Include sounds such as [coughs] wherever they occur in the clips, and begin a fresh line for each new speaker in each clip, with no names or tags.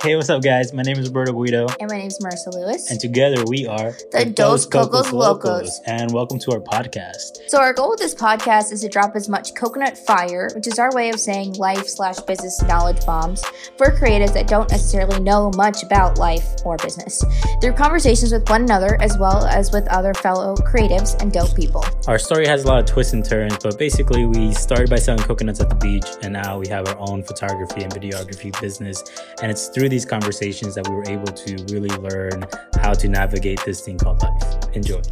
Hey, what's up, guys? My name is Roberto Guido,
And my name's Marissa Lewis.
and together we are
The Dos Cocos Locos.
And welcome to our podcast.
so our goal with this podcast is to drop as much coconut fire, which is our way of saying life slash business knowledge bombs for creatives that don't necessarily know much about life or business through conversations with one another as well as with other fellow creatives and dope people.
Our story has a lot of twists and turns, but basically, we started by selling coconuts at the beach, and now we have our own photography and videography business. And it's through these conversations that we were able to really learn how to navigate this thing called life. Enjoy. All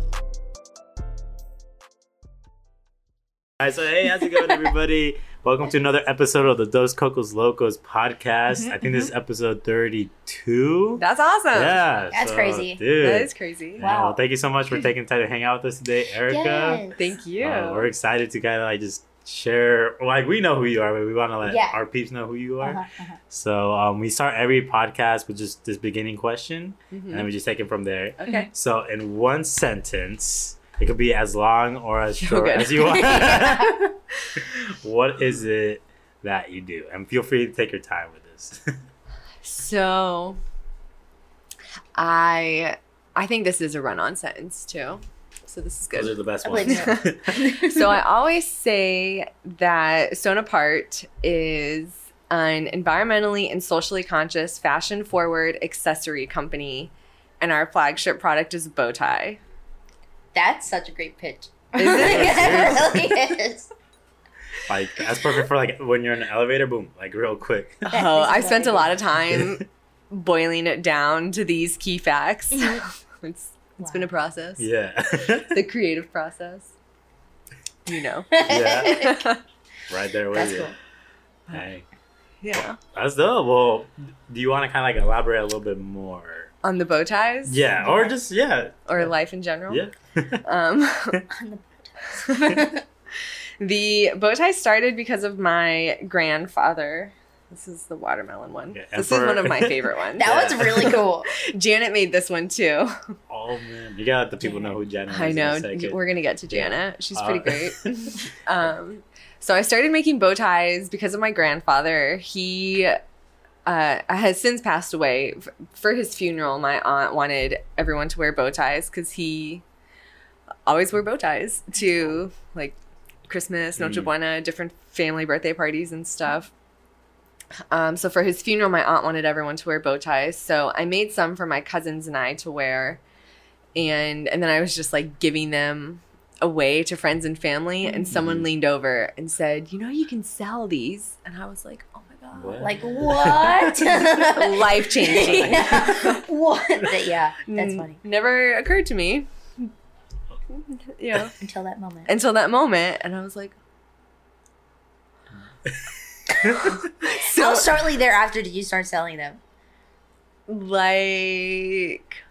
right, so hey, how's it [laughs] going, everybody? Welcome to another episode of the Dos Cocos Locos podcast. I think this is episode 32.
That's awesome.
yeah,
That's crazy.
Dude.
That is crazy.
Yeah,
Wow.
well, thank you so much for taking time to hang out with us today, Erica.
Thank you.
Uh, we're excited to kind of like just share. Like we know who you are, but we want to let
Yeah.
our peeps know who you are.
Uh-huh, uh-huh.
So um, we start every podcast with just this beginning question, and
Mm-hmm.
then we just take it from there.
Okay.
So in one sentence, it could be as long or as
[laughs]
You're
short
good.
as you want. [laughs] what is it that you do? And feel free to take your time with this. [laughs]
[laughs] So, I I think this is a run-on sentence too. So this is
Those are
good.
the best
I believe
ones.
so I always say that Sonapart is an environmentally and socially conscious, fashion-forward accessory company, and our flagship product is a bow tie.
That's such a great pitch. [laughs]
[laughs]
Is
it
it?
really is.
[laughs] like that's perfect for like when you're in an elevator. Boom, like real
[laughs]
quick.
Oh,
is
I spent a
very
lot of time
[laughs]
boiling it down to these key facts. it's [laughs] it's been a process.
Mm-hmm.
[laughs]
yeah.
[laughs]
[laughs]
The creative process.
[laughs]
You know. [laughs]
Yeah.
yeah.
right there with
That's
you.
cool.
Hey, that's dope. Well, do you want to kind of like elaborate a little bit more?
On the bow ties?
Yeah, or just yeah,
Or life in general?
[laughs]
yeah. [laughs]
Um, [laughs] the bow tie started because of my grandfather. This is the watermelon one.
Yeah,
this
Emperor.
is one of my favorite
[laughs]
ones.
That was
[laughs]
Yeah.
really cool.
Janet made this one too.
Oh man, you gotta let the people know who Jenna is.
I
in
know.
a second.
We're gonna get to
Yeah.
Janet. She's
Uh, [laughs]
pretty great. [laughs] um, so I started making bow ties because of my grandfather. He uh, has since passed away. F- For his funeral, my aunt wanted everyone to wear bow ties because he always wore bow ties to like Christmas, Noche
Mm.
Buena, different family birthday parties and stuff. Um, so for his funeral, my aunt wanted everyone to wear bow ties. So I made some for my cousins and I to wear, and and then I was just like giving them away to friends and family. And someone
Mhm.
leaned over and said, "You know, you can sell these." And I was like, "Oh my god!"
What?
Like what?
Life
[laughs]
changing.
yeah. What? That- yeah, that's
N-
funny.
Never occurred to me. you know,
Until that moment.
until that moment, and I
[laughs]
was like,
How
so
shortly thereafter did you start selling them?
like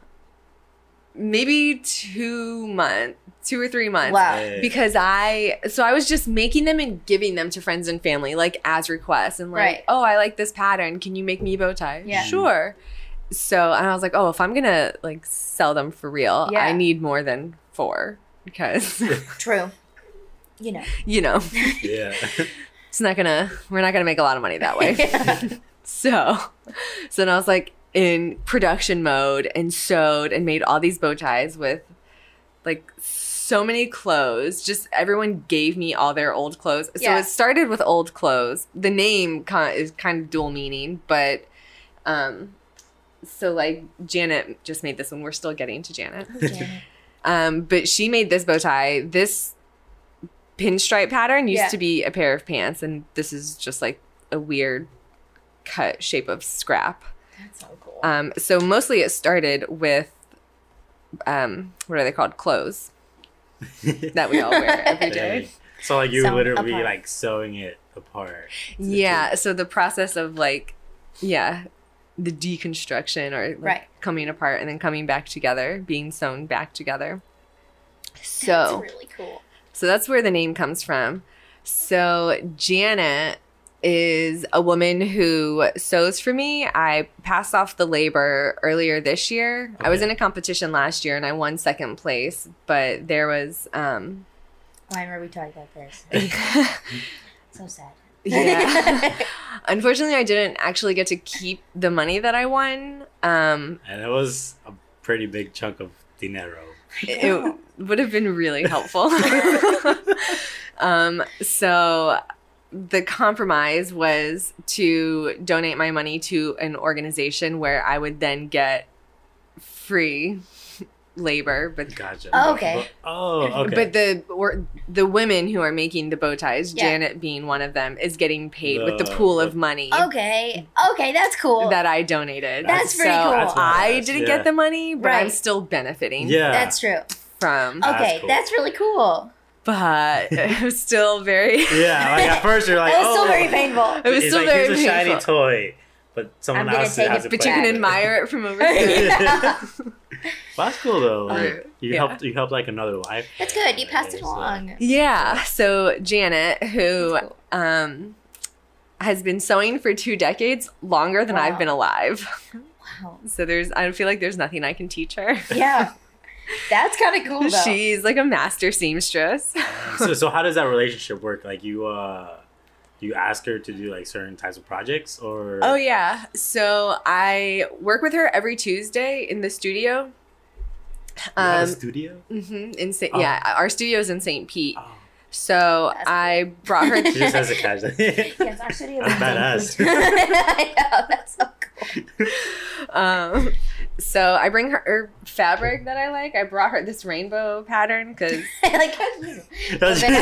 maybe two month, two or three months.
Wow.
Yeah.
Because I, so I was just making them and giving them to friends and family, like as requests, and like,
Right.
oh, I like this pattern. Can you make me a bow tie?
Yeah.
sure. So, and I was like, oh, if I'm gonna like sell them for real,
Yeah.
I need more than four because [laughs]
True. You know.
you know
[laughs]
[laughs]
yeah,
it's not gonna we're not gonna make a lot of money that way. So, [laughs] so then I was like in production mode and sewed and made all these bow ties with like so many clothes. Just everyone gave me all their old clothes.
Yeah.
So it started with old clothes. The name kind is kind of dual meaning, but um, so like Janet just made this one. We're still getting to Janet.
Janet.
Um, but she made this bow tie. This pinstripe pattern used
Yeah.
to be a pair of pants, and this is just like a weird cut shape of scrap.
That's so cool.
Um, so mostly it started with um, what are they called? Clothes that we
[laughs]
all wear every
Dang.
day.
So like you
Sewn
literally
apart.
like sewing it apart.
Yeah. So the process of like, yeah, the deconstruction or like
Right.
coming apart and then coming back together, being sewn back together. So
That's really cool.
So that's where the name comes from. So Janet is a woman who sews for me. I passed off the labor earlier this year. I was
Okay.
in a competition last year and I won second place, but there was um [laughs]
I remember we talked about this. So sad. [laughs]
Yeah. [laughs] Unfortunately, I didn't actually get to keep the money that I won. Um,
And it was a pretty big chunk of dinero.
it,
[laughs]
it would have been really helpful. [laughs] um, so the compromise was to donate my money to an organization where I would then get free labor, but
Gotcha.
Oh, okay.
Oh, okay.
But the or the women who are making the bow ties,
Yeah.
Janet being one of them, is getting paid with the
The-
pool of money
okay. Okay, that's Oh, cool.
that I donated.
That's pretty
so
cool.
That's what I
I
asked,
didn't
yeah.
get the money, but I'm
Right. Oh.
still benefiting
yeah.
that's true.
from.
That's
Okay,
cool.
that's really cool.
But [laughs] it was still very.
yeah. Like at first you're
[laughs]
like,
That was
oh,
still very painful.
[laughs]
[laughs]
It was
it's
still
like,
very
here's a shiny
painful.
toy, but someone
I'm gonna
else
take
has
it,
to
But
play
you can
with it.
admire it from over [laughs] here.
Yeah.
Well, that's cool though.
Uh,
Like, you
yeah.
helped. You helped like another life.
That's good. You passed it
So-
along.
yeah. So Janet, who
That's cool.
um, has been sewing for two decades, longer than
Wow.
I've been alive.
Wow.
So there's, I feel like there's nothing I can teach her.
Yeah. That's kind of cool though.
She's like a master seamstress.
so, so how does that relationship work? Like you, uh, you ask her to do like certain types of projects, or
Oh yeah. So I work with her every Tuesday in the studio.
You have a
Um,
studio.
mhm, in Saint,
Oh.
yeah, our studio is in St. Pete.
Oh,
So
That's cool.
I brought her.
[laughs] she just has
[laughs]
a casual.
Yes, our
[laughs]
studio
That's
is in St. Pete. [laughs] I know, that's so cool. [laughs]
um, so I bring her, her fabric that I like. I brought her this rainbow pattern because
I like how you
That's- [laughs]
But I-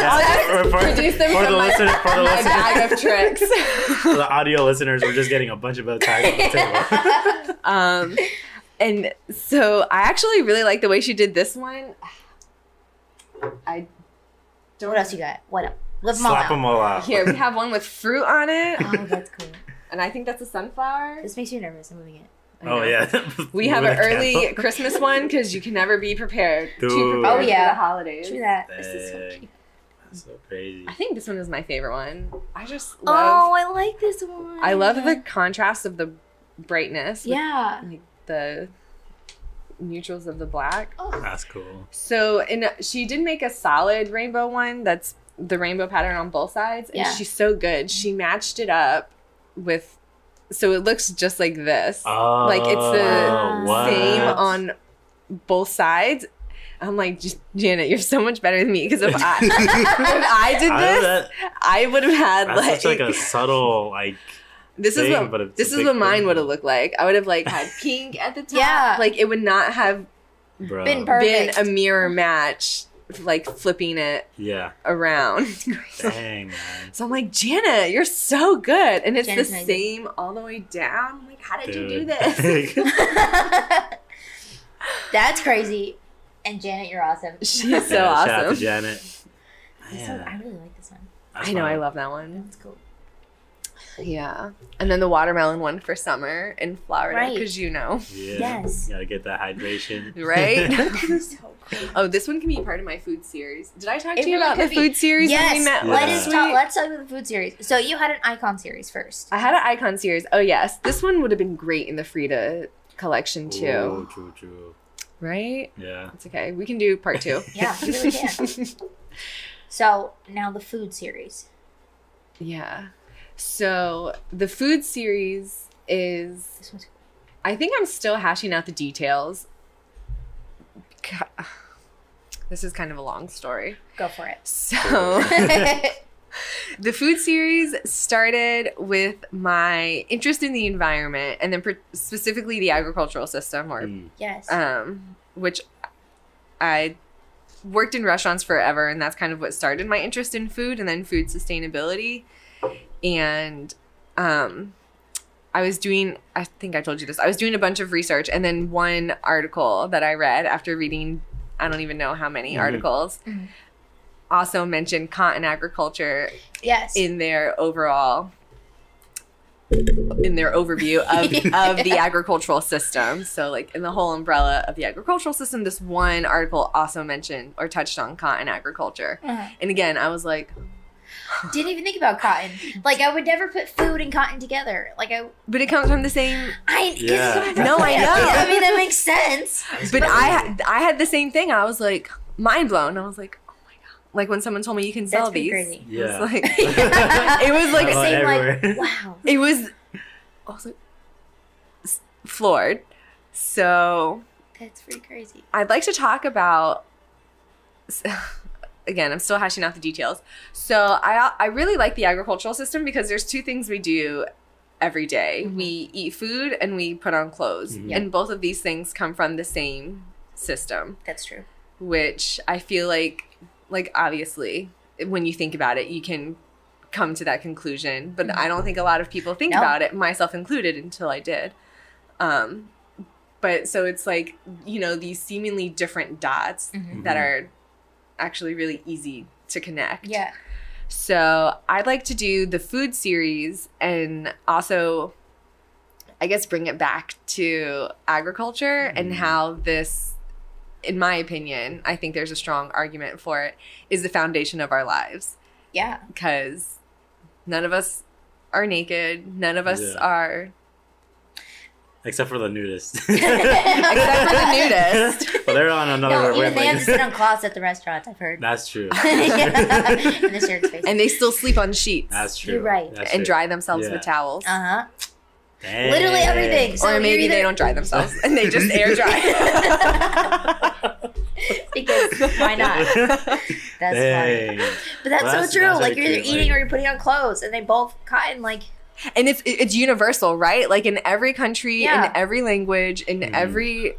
yeah, for, for,
produce them
for
from
the
my-
listener, for the
my bag of
listeners,
tricks.
[laughs] for [laughs] the audio listeners, we're just getting a bunch of bow ties on the table.
[laughs]
[laughs]
um, and so I actually really like the way she did this one. I don't
What else you got? What up? Live them all
Slap
out.
them all out.
Here we have one with fruit on it,
Oh, that's cool.
and I think that's a sunflower.
This makes me nervous. I'm moving it.
I
Oh
know.
yeah.
[laughs] We have an
With a
early
candle.
Christmas one because you can never be prepared to
Dude.
prepare
Oh, yeah.
for the holidays.
True that.
Dang.
This is so cute.
That's so crazy.
I think this one is my favorite one. I just love.
Oh, I like this one.
I love the contrast of the brightness. with,
Yeah.
Like the neutrals of the black.
[laughs] Oh,
That's cool.
So and she did make a solid rainbow one that's the rainbow pattern on both sides and
Yeah.
she's so good. She matched it up with so it looks just like this.
Oh,
Like, it's the
what?
same
[laughs]
on both sides. I'm like, "J- Janet, you're so much better than me because if I [laughs] if I did
I know
this,
that-
I would have had
That's
like,
such like a subtle like.
this is
thing,
what
but it's a
this is
big
what mine
thing.
would have looked like. I would have like
[laughs]
had pink at the top.
Yeah.
like it would not have
Bro.
Been perfect.
been a mirror match, like flipping it
Yeah.
around. [laughs]
Dang. Man.
so I'm like, Janet, you're so good, and it's
Janet's
the
amazing.
same all the way down. I'm like, how did you do
Dude.
this?
[laughs]
that's crazy. And Janet, you're awesome.
She's so
Yeah, Shout out to
awesome.
Janet.
This one- I
Man,
really like this one.
[laughs]
that's
I know,
fun.
I love that one.
That's [laughs] cool.
Yeah. And then the watermelon one for summer in Florida,
Right.
because you know.
Yeah.
Yes.
Gotta get that hydration.
[laughs]
[laughs]
Right?
That is so cool.
Oh, this one can be part of my food series. Did I talk
It
to you
really
about the
could be.
food series? when we
Yes,
met
Yeah.
let
last
us talk.
week?
Let's talk about the food series. So you had an icon series [laughs] first.
I had an icon series. Oh, yes. This one would have been great in the Frida collection, too.
Ooh, true, true.
Right?
Yeah.
It's okay. We can do part two.
[laughs] Yeah, you really can. [laughs] so now the food series.
[laughs] yeah. So the food series is
This one's cool.
I think I'm still hashing out the details. Ca- [sighs] This is kind of a long story.
Go for it.
So, [laughs]
[laughs]
the food series started with my interest in the environment and then per- specifically the agricultural system, or
Mm.
yes.
um, which I worked in restaurants forever, and that's kind of what started my interest in food and then food sustainability. And um, I was doing, I think I told you this, I was doing a bunch of research, and then one article that I read after reading, I don't even know how many
Mhm.
articles.
Mhm.
Also mentioned cotton agriculture
yes.
in their overall in their overview
[laughs]
of, of the agricultural system so like in the whole umbrella of the agricultural system this one article also mentioned or touched on cotton agriculture
Uh-huh.
and again i was like
Didn't even think about cotton. Like I would never put food and cotton together. Like I,
but it comes from the same
I [laughs] 'cause
Yeah.
that's what
No, I
thinking.
know.
I mean, that makes sense.
[laughs] but i i had the same thing i was like mind blown i was like oh my god Like when someone told me you can sell
That's pretty
these,
crazy.
I was
Yeah.
like,
Yeah.
[laughs] it
[laughs]
was
I
like [laughs]
love
Same,
everywhere.
like, wow.
it was also s- floored. So
That's pretty crazy.
I'd like to talk about. s- [laughs] Again, I'm still hashing out the details. So I I really like the agricultural system because there's two things we do every day.
Mhm.
We eat food and we put on clothes,
Mhm.
and both of these things come from the same system,
That's true.
which I feel like like obviously when you think about it, you can come to that conclusion, but I don't think a lot of people think
No.
about it, myself included, until I did. Um, but so it's like you know these seemingly different dots
Mhm.
that are actually really easy to connect.
Yeah.
So I'd like to do the food series and also, I guess, bring it back to agriculture and
Mm.
how this, in my opinion, I think there's a strong argument for it, is the foundation of our lives
Yeah.
because none of us are naked, none of us
Yeah.
are
Except for the
[laughs]
nudist.
except for the nudist.
[laughs] well, they're on another
No, even they have to
wavelength.
sit on cloths at the restaurants. I've heard.
[laughs] That's
[laughs]
true.
and the shirts face.
And they still sleep on sheets
That's true.
You're right.
That's
and
true.
dry themselves
Yeah.
with towels.
Uh huh.
Dang.
Literally
[laughs]
everything. [laughs] So
or
you're
maybe
either-
they don't dry themselves and they just air dry.
because why not? That's funny.
Dang.
But that's
Well,
so
that's-
true.
that's
like you're
really
either
cute,
eating
like-
or you're putting on clothes, and they both cotton. Like
and it's it's universal, right? Like in every country,
Yeah.
in every language, in
Mhm.
every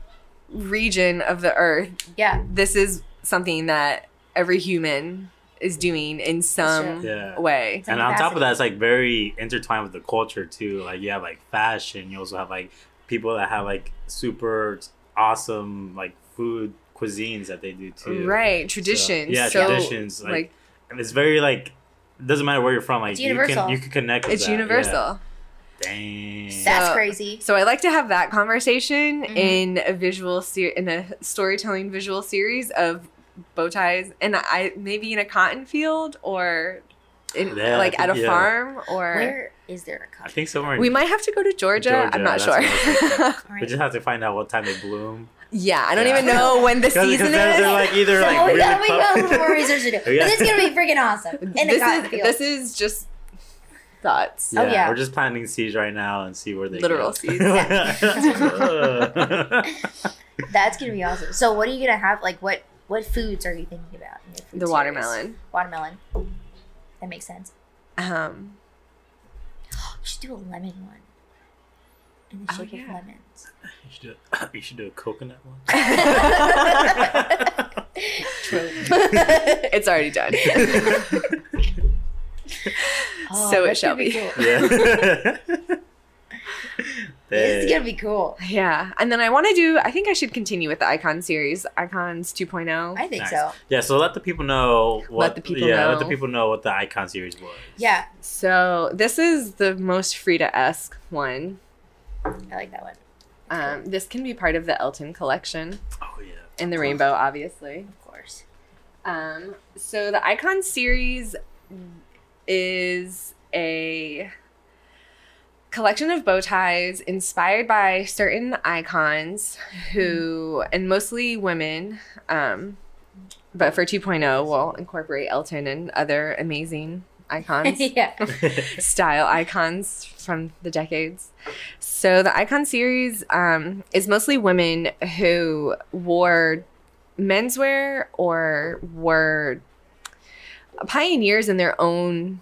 region of the earth,
yeah,
this is something that every human is doing in some
true.
Yeah.
way.
Some
And on top
capacity.
of that, it's like very intertwined with the culture too. Like you have like fashion. You also have like people that have like super awesome like food cuisines that they do too.
Right, traditions.
yeah,
so,
traditions, like,
Like,
And it's very like it doesn't matter where you're from. Like
It's
you
universal.
can you can connect. With
it's
that, yeah.
universal.
Dang.
that's
So-
crazy.
So I like to have that conversation
Mhm.
in a visual ser- in a storytelling visual series of bow ties, and I maybe in a cotton field or in
Yeah, I
like at a
think- yeah.
farm or.
Where is there a
I
cotton?
think somewhere in-
We might have to go to Georgia. I'm
Georgia,
not
that's
sure.
what
[laughs]
All
We just have to find out what time they bloom.
yeah, I don't
Yeah.
even know when
[laughs]
the
Because
season
they're,
is. [laughs]
they're like either
so
like
we [laughs]
really
got we got a little more
puffy-
research to do. But
Yeah.
this is gonna be freaking
[laughs]
awesome in the
this
cotton
is
field.
this is just thoughts.
[laughs] Yeah,
Oh, yeah.
we're just planting seeds right now and see where they
Literal
[laughs] go.
seeds.
That's gonna be awesome. So what are you gonna have? Like what what foods are you thinking about? in your food
The
series?
watermelon.
Watermelon. That makes sense.
Um,
You should do a lemon one. In the
Oh,
shape
yeah.
of
[laughs]
lemons.
You should, do, you should do a [coughs] coconut one. [laughs]
True.
it's already
[laughs]
done.
[laughs]
[laughs]
Oh,
So it
that's
shall
gonna
be.
cool.
yeah.
This is gonna be cool.
yeah, and then I want to do. I think I should continue with the Icon series, Icons oh. 2.0.
I think
Nice.
so.
yeah, so let the people know what
the people
yeah, let
know.
the people know what the icon series was.
Yeah,
So this is the most Frida-esque one.
I like that one.
Um, this can be part of the Elton collection
Oh yeah.
and the Rainbow, obviously.
Of course. [laughs]
Um, so the Icon series is a collection of bow ties inspired by certain icons who, and mostly women, um, but for 2.0, we'll incorporate Elton and other amazing icons
yeah.
style icons from the decades. So the icon series um, is mostly women who wore menswear or were pioneers in their own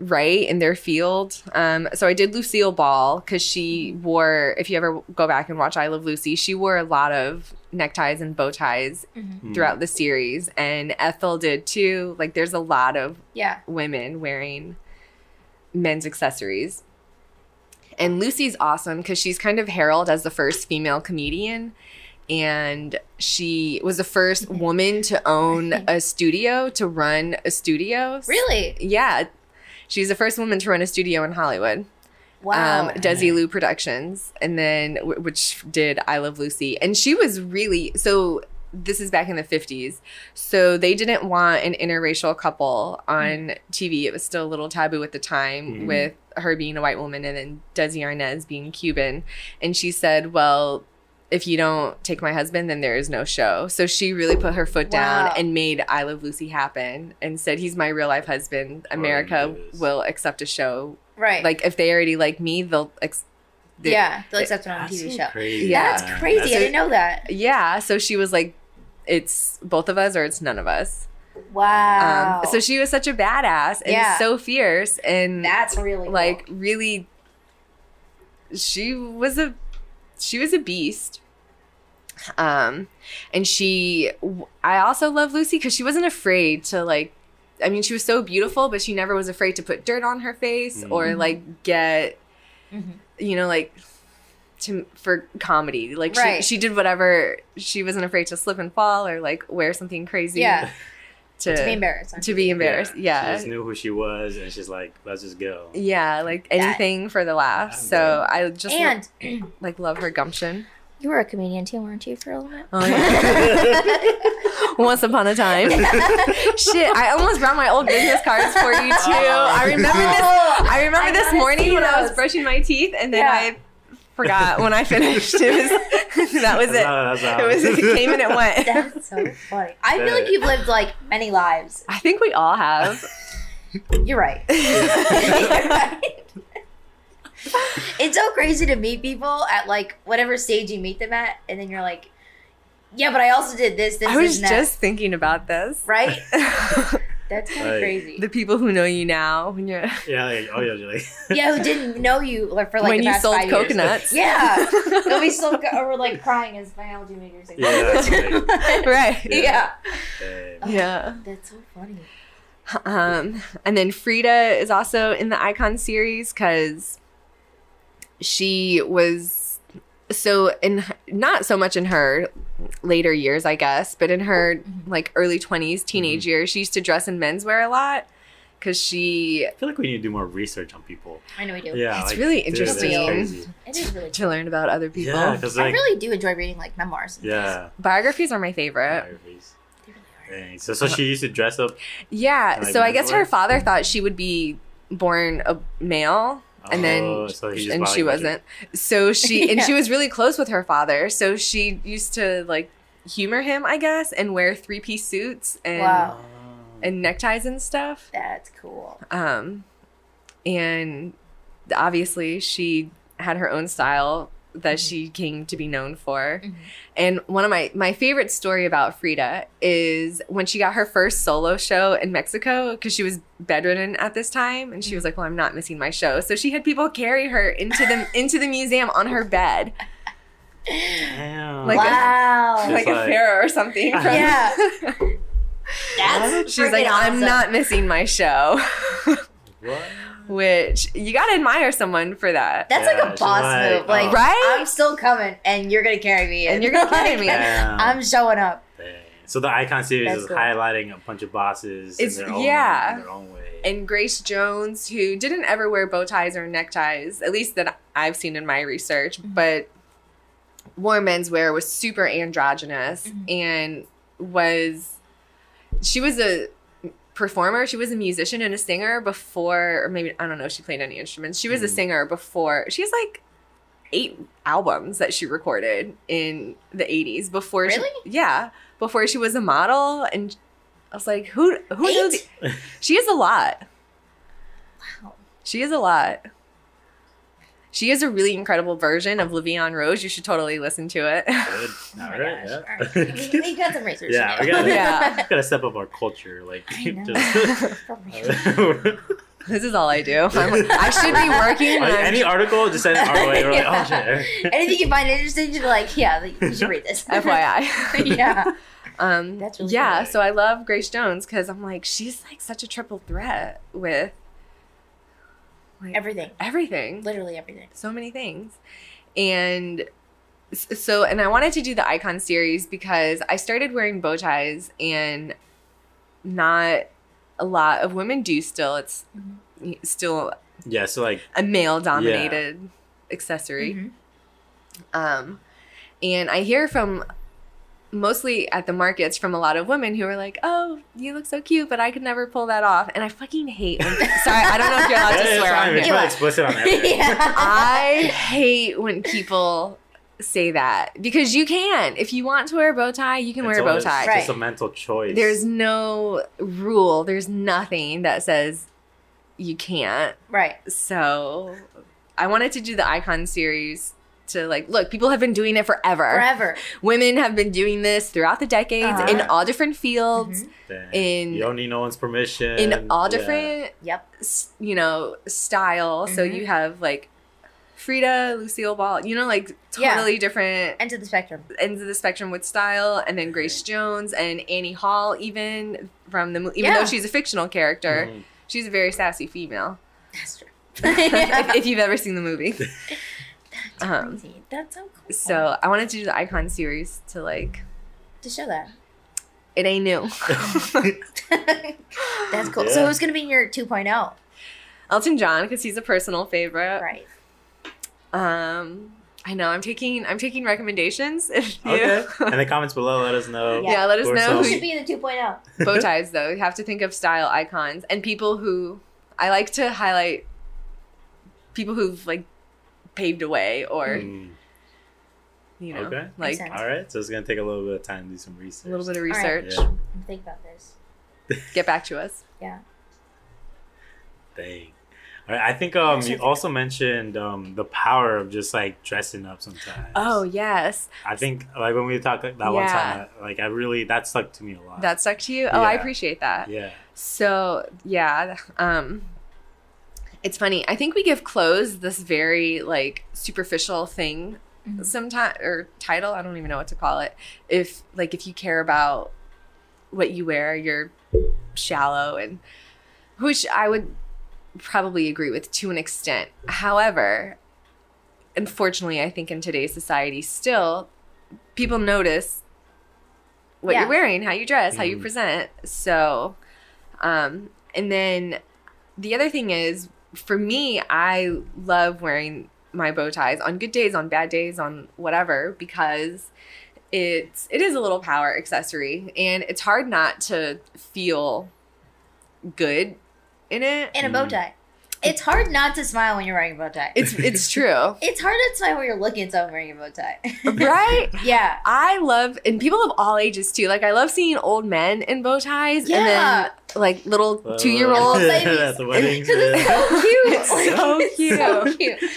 right in their field. Um, so I did Lucille Ball because she wore, if you ever go back and watch I Love Lucy, she wore a lot of neckties and bow ties
Mhm.
Mm.
throughout the series, and Ethel did too. Like there's a lot of
Yeah.
women wearing men's accessories. And Lucy's awesome because she's kind of heralded as the first female comedian. And she was the first woman to own a studio, to run a studio.
Really?
Yeah. She's the first woman to run a studio in Hollywood.
Wow.
Um, Desi Lou Productions, and then wh- which did I Love Lucy, and she was really so. This is back in the fifties, so they didn't want an interracial couple
Hmm.
on TV. It was still a little taboo at the time,
Mhm.
with her being a white woman and then Desi Arnaz being Cuban. And she said, "Well, if you don't take my husband, then there is no show. So she really put her foot
Wow.
down and made I Love Lucy happen and said, He's my real life husband.
Oh,
America
yes.
will accept a show.
Right.
Like, if they already like me, they'll. Ex- they-
yeah, they'll accept it on a
That's
TV
so
show.
Crazy.
Yeah.
That's crazy. I didn't know that.
Yeah. So she was like, It's both of us or it's none of us.
Wow.
Um, so she was such a badass and
Yeah.
so fierce and
that's really cool.
like really. She was a she was a beast. Um, and she, I also love Lucy because she wasn't afraid to like. I mean, she was so beautiful, but she never was afraid to put dirt on her face or
Mhm.
like get,
Mhm.
you know, like to for comedy. Like
Right.
she, she did whatever. She wasn't afraid to slip and fall or like wear something crazy.
yeah,
to
to be embarrassed.
to be embarrassed.
She
Yeah,
just knew who she was, and she's like, let's just go.
Yeah, like
That-
anything for the laugh.
I'm
So I just lo-
and
like love her gumption.
[laughs] you were a comedian too, weren't you, for a little bit?
[laughs] Oh, Once upon a time. Shit, I almost brought my old business cards for you too.
[laughs]
I remember this. I remember
Oh. I
this
wanna see
morning when I was
those.
brushing my teeth, and then
Yeah.
I forgot when I finished. It was [laughs] that was it.
That's all-
It was
that's all.
it came and it went.
[laughs] That's so funny. I feel like you've lived like many lives.
[laughs] I think we
[laughs]
all have. [laughs]
You're right. [laughs] it's so crazy to meet people at like whatever stage you meet them at, and then you're like, yeah, but I also did this, this,
I was
and that.
just thinking about this. [laughs]
right.
the
That's kind of
Like-
crazy.
people who know you now, when you're
[laughs] Yeah, like, oh yeah, you're
[laughs]
like,
yeah, who didn't know you like, for like
when
the
you
past
sold
five years.
coconuts.
[laughs] Yeah, they'll be so co- or like crying as biology majors. Like,
Yeah,
[laughs]
that's like-
[laughs] right.
yeah,
hey.
Yeah.
that's so funny.
Um, and then Frida is also in the Icon series because she was so in not so much in her later years, I guess, but in her like early
Mm-hmm.
20s, teenage years, she used to dress in menswear a lot because she
I feel like we need to do more research on people.
I know we do.
Yeah,
It's
like,
really
dude, that's
interesting.
crazy.
It is really.
to learn about other people.
Yeah, because
I
like,
really do enjoy reading like memoirs.
yeah.
Biographies are my favorite.
Diaries.
They really are.
Dang. So, so she used to dress up,
Yeah.
Like
so I guess her
menswear?
father thought she would be born a male and
Oh,
then
so he just
and
body
she
measured.
wasn't so she
[laughs]
and she
Yeah.
was really close with her father so she used to like humor him i guess and wear three-piece suits and
Oh,
Wow.
and neckties and stuff
That's cool.
um and obviously she had her own style that
Mm-hmm.
she came to be known for
Mhm.
and one of my my favorite story about frida is when she got her first solo show in mexico because she was bedridden at this time and she
Mm-hmm.
was like well i'm not missing my show so she had people carry her into
[laughs]
the into the museum on her bed
Damn.
Like a-
wow.
She's
like, a
like-
pharaoh or something from- [laughs]
yeah. That's
she's like
freaking
i'm
awesome.
not missing my show [laughs]
What?
which you gotta admire someone for that
That's
Yeah,
like a
she's
boss
like,
move. Like,
uh,
Right?
I'm still coming, and you're gonna carry me,
And you're
[laughs]
gonna carry
like,
me. [laughs]
Damn.
I'm showing up.
Dang. So the Icon series
That's
is
cool.
highlighting a bunch of bosses
It's-
in their own,
yeah.
in their own way.
and Grace Jones, who didn't ever wear bow ties or neckties, at least that I've seen in my research,
Mhm.
but wore menswear, was super androgynous,
Mhm.
and was she was a performer, she was a musician and a singer before, or maybe I don't know if she played any instruments. She was a
Mhm.
singer before. She has like eight albums that she recorded in the 80s before
Really?
she yeah before she was a model and i was like who who knows
Eight?
she is a lot
Wow.
she is a lot. She is a really incredible version of Levion Rose. You should totally listen to it. [laughs]
Good.
Oh
All
my
right,
gosh.
yeah. [laughs]
All right. We, we got some research.
Yeah,
to
we
do.
[laughs]
gotta-
Yeah.
[laughs] We gotta step up our culture, like
I know.
[laughs] just-
this is all
[laughs]
I do. I'm- i should be working. and I'm- [laughs]
any article, just send it our way. We're like, oh
Yeah.
shit.
Anything you find interesting, you're like, yeah, like, you should read [laughs] this.
FYI.
yeah.
[laughs] Um,
That's really
yeah,
cool.
so I love Grace Jones because I'm like, she's like such a triple threat with like,
Everything.
everything.
Literally everything.
so many things and s- so and i wanted to do the icon series because i started wearing bow ties and not a lot of women do still it's still
Yeah, so like,
a male dominated accessory
Mhm.
um, and I hear from mostly at the markets from a lot of women who are like, "Oh, you look so cute, but I could never pull that off." And I fucking hate. When, sorry, I don't know if
[laughs]
you're allowed
yeah,
to
it's
swear
fine.
[laughs]
[laughs] on
We're
here. [laughs]
not explicit on everything.
yeah.
I hate when people say that because you can. If you want to wear a bow tie, you can wear a bow tie.
Right.
It's just a mental choice.
There's no rule. There's nothing that says you can't.
Right.
So I wanted to do the icon series to like look, people have been doing it forever.
Forever.
Women have been doing this throughout the decades in
Uh-huh. Mm-hmm.
all different fields,
Then
in-
you don't need no one's permission.
in all
Yeah.
different
Yep.
s you know, style. So
Mhm.
you have like Frida, Lucille Ball, you know, like
Yeah.
totally different
End of the spectrum.
ends of the spectrum with style, and then Grace Jones and Annie Hall, even from the mo- even
Yeah.
though she's a fictional
[laughs]
character,
Mhm.
she's a very sassy
[laughs]
female. [laughs]
That's true.
if,
[laughs]
if you've ever seen the movie, um,
Crazy. That's so cool.
so I wanted to do the Icon series to like
to show that. [laughs]
it ain't new. [laughs]
That's cool. So
Yeah.
who's gonna be your 2.0?
Elton John because he's a personal favorite.
Right.
Um, I know I'm taking I'm taking recommendations. If you,
Okay. In the comments below, let us know.
yeah, let us
Or
know
Who
some-
who
should be in the oh? 2.0?
bow ties though you have to think of style icons and people who i like to highlight people who've like paved a way or
Mm.
you know
Okay.
like
sense.
a
All right. So it's gonna take a little bit of time to do some research.
little bit of
All right.
research
Yeah.
Think about this.
get back to us
Yeah.
Dang. All right. I think um you also mentioned um the power of just like dressing up sometimes.
oh yes
I think like when we talked that one
Yeah.
time, I- like I really that stuck to me a lot.
that stuck to you oh i
Yeah.
appreciate that
yeah.
so yeah um it's funny i think we give clothes this very like superficial thing
Mhm.
sometime or title i don't even know what to call it if like if you care about what you wear you're shallow and which i would probably agree with to an extent however unfortunately i think in today's society still people notice what
Yeah.
you're wearing how you dress how you
Mhm.
present so um and then the other thing is for me i love wearing my bow ties on good days, on bad days, on whatever, because it's it is a little power accessory and it's hard not to feel good in it.
And a bow tie. It's hard not to smile when you're wearing a bow tie.
It's it's true.
It's hard not to smile when you're looking at someone wearing a bow tie. [laughs]
right?
yeah.
I love and people of all ages too. Like I love seeing old men in bow ties and
Yeah.
then like little
Well,
two [laughs] year olds.
babies.
at the wedding.
Because it's so cute.
It's so
so cute.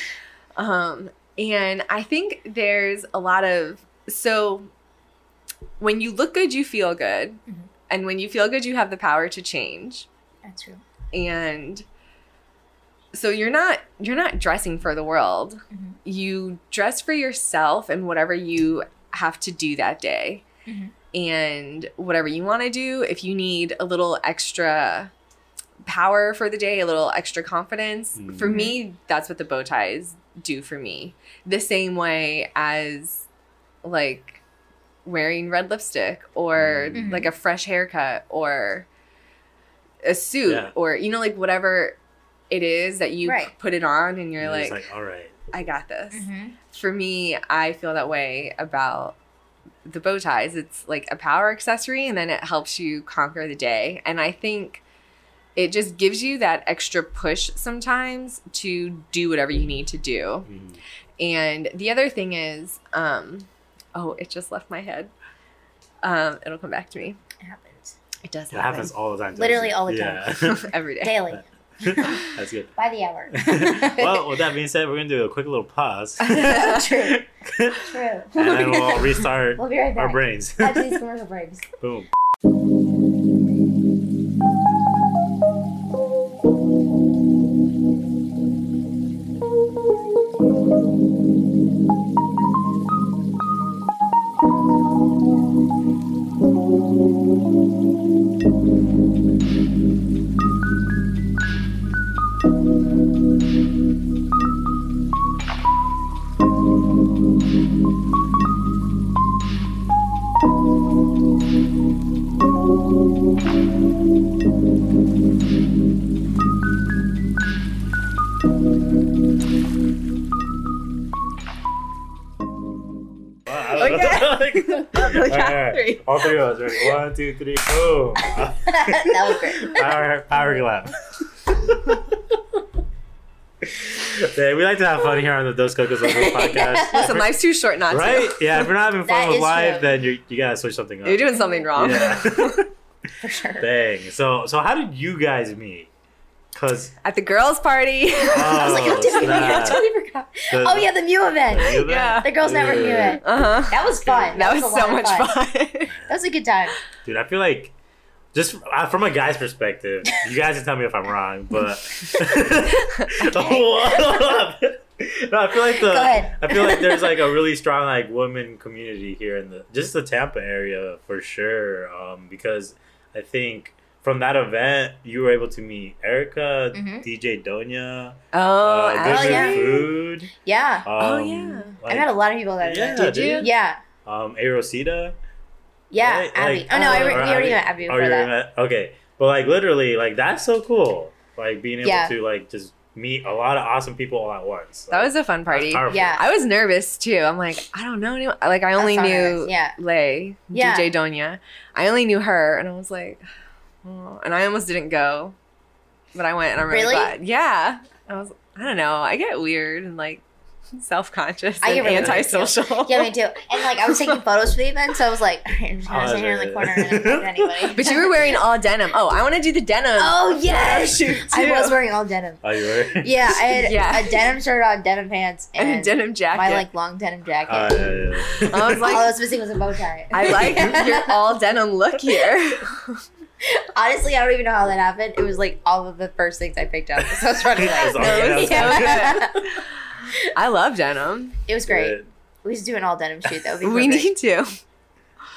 Um, and I think there's a lot of so when you look good, you feel good,
Mhm.
and when you feel good, you have the power to change.
That's true.
And so you're not you're not dressing for the world.
Mhm.
You dress for yourself and whatever you have to do that day.
Mhm.
And whatever you want to do, if you need a little extra power for the day, a little extra confidence. For
Mhm.
me, that's what the bow ties do for me. The same way as like wearing red lipstick or
Mhm.
like a fresh haircut or a suit
Yeah.
or you know like whatever it is that you
Right.
put it on and you're
And it's
like,
like, all right.
I got this.
Mm-hmm.
For me, I feel that way about the bow ties. It's like a power accessory and then it helps you conquer the day. And I think it just gives you that extra push sometimes to do whatever you need to do.
Mm.
And the other thing is, um, oh, it just left my head. Um, it'll come back to me.
It happens
It does
It happens all the time. to
Literally
us.
all the
yeah.
[laughs] every day.
daily
[laughs] That's good.
by the hour.
well, with that being said, we're gonna do a quick little pause,
[laughs] true.
and
True.
then we'll restart
[laughs] We'll be right
our
back.
brains. [laughs]
After these commercial breaks. [laughs]
Boom. Wow, [laughs] I don't know. all, right. all three of us. Ready? One, two, three. Boom.
that was great.
power, power glove. Yeah, we like to have fun here on the Dos Cocos
[laughs]
Locos podcast.
[laughs] Listen, life's too short not to.
right?
[laughs]
Yeah, if we're not having
That
fun with
is
life,
true.
then you're, you gotta switch something up.
You're doing something wrong.
Yeah. [laughs]
[laughs] for sure.
Dang. So, so how did you guys meet? Cause
[laughs] At the
[laughs]
girls' party.
[laughs]
[laughs]
I was like, oh, damn, I totally forgot. Oh yeah, the Mew event.
Yeah.
The girls never knew it.
Uh huh.
That was fun.
That was
a lot
so
of
much fun.
That was a good time.
Dude, I feel like just uh, from a guy's perspective, you guys can tell me if I'm wrong,
[laughs]
but [laughs] No, I feel like the
Go ahead.
I feel like there's like a really strong like woman community here in the just the Tampa area for sure. Um, because I think from that event you were able to meet Erica,
Mhm.
DJ Donya,
[laughs] Oh,
uh, Good
Oh,
Food
yeah.
Food.
Yeah.
Um,
Oh, yeah.
I met a lot of people that
yeah,
event.
Did you?
dude.
Yeah.
Um, A Rosita.
Yeah.
Right,
Abby.
like-
oh no, I
Oh,
re-
or
we already
Abby.
met Abby
Oh,
before
you
that.
met? Okay, but like literally, like that's so cool. Like being able
Yeah.
to like just meet a lot of awesome people all at once.
that
Like,
was a fun party.
that's powerful.
Yeah.
I was nervous too. I'm like, I don't know anyone. Like, I only
That's how it
knew
is, yeah.
Lay,
Yeah.
DJ Donya. I only knew her, and I was like, oh. and I almost didn't go, but I went, and I'm really,
Really?
glad. Yeah, I was. I don't know. I get weird and like self conscious
I
and
get really weird, too.
antisocial.
Yeah, me too. And like I was taking photos for the event, so I was like, I'm just
Oh,
gonna sit here in the
yeah.
corner and not look at anybody.
but you were wearing all denim. Oh, I want to do the denim.
[laughs] Oh yes,
shoot,
I
too.
was wearing all denim.
Oh, you were.
Yeah, I had
Yeah.
a denim shirt on, denim pants,
and,
and,
[laughs] a denim jacket.
my like long denim jacket.
[laughs] Oh, yeah, yeah.
I was
[laughs] all I
like,
was missing was a bow tie. [laughs]
I like your all denim look here.
Honestly, I don't even know how that happened. It was like all of the first things I picked up. [laughs] So it's running
[laughs] That's
late.
all you
No,
have.
it's so
Yeah.
I love denim.
[laughs] It was great. We should do an all denim shoot. That would be
We
perfect.
need to,
Let's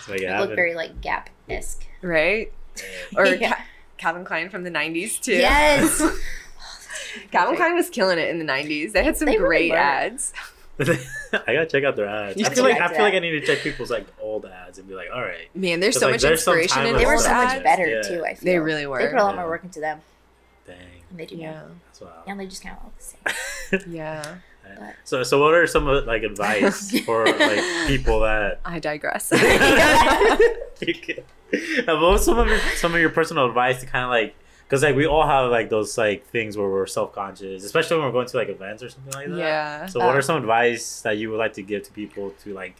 make it
It'd look
happen.
very like Gap esque.
right?
[laughs]
Or
Yeah.
Ca- Calvin Klein from the '90s too.
Yes.
Calvin Klein was killing it in the '90s. They had some
They really
great
were.
ads.
[laughs] I gotta check out their ads.
You
I
should
feel like
check
I
that.
feel like I need to check people's like old ads and be like, all right.
Man, there's
It's
so
like,
much
there's some
inspiration in
timeless
They were
old
so much
ads.
better
Yeah.
too. I feel
They really were.
They put a lot
Yeah.
more work into them
Dang,
than they do now.
yeah,
that's wow. [laughs]
And they just kind of look the same. [laughs]
yeah.
So, so what are some of like
[laughs]
advice for like people that
I digress. [laughs]
you can- [laughs] Now, what was some of your, some of your personal advice to kind of like because like we all have like those like things where we're self conscious, especially when we're going to like events or something like that.
yeah,
So, what
Um,
are some advice that you would like to give to people to like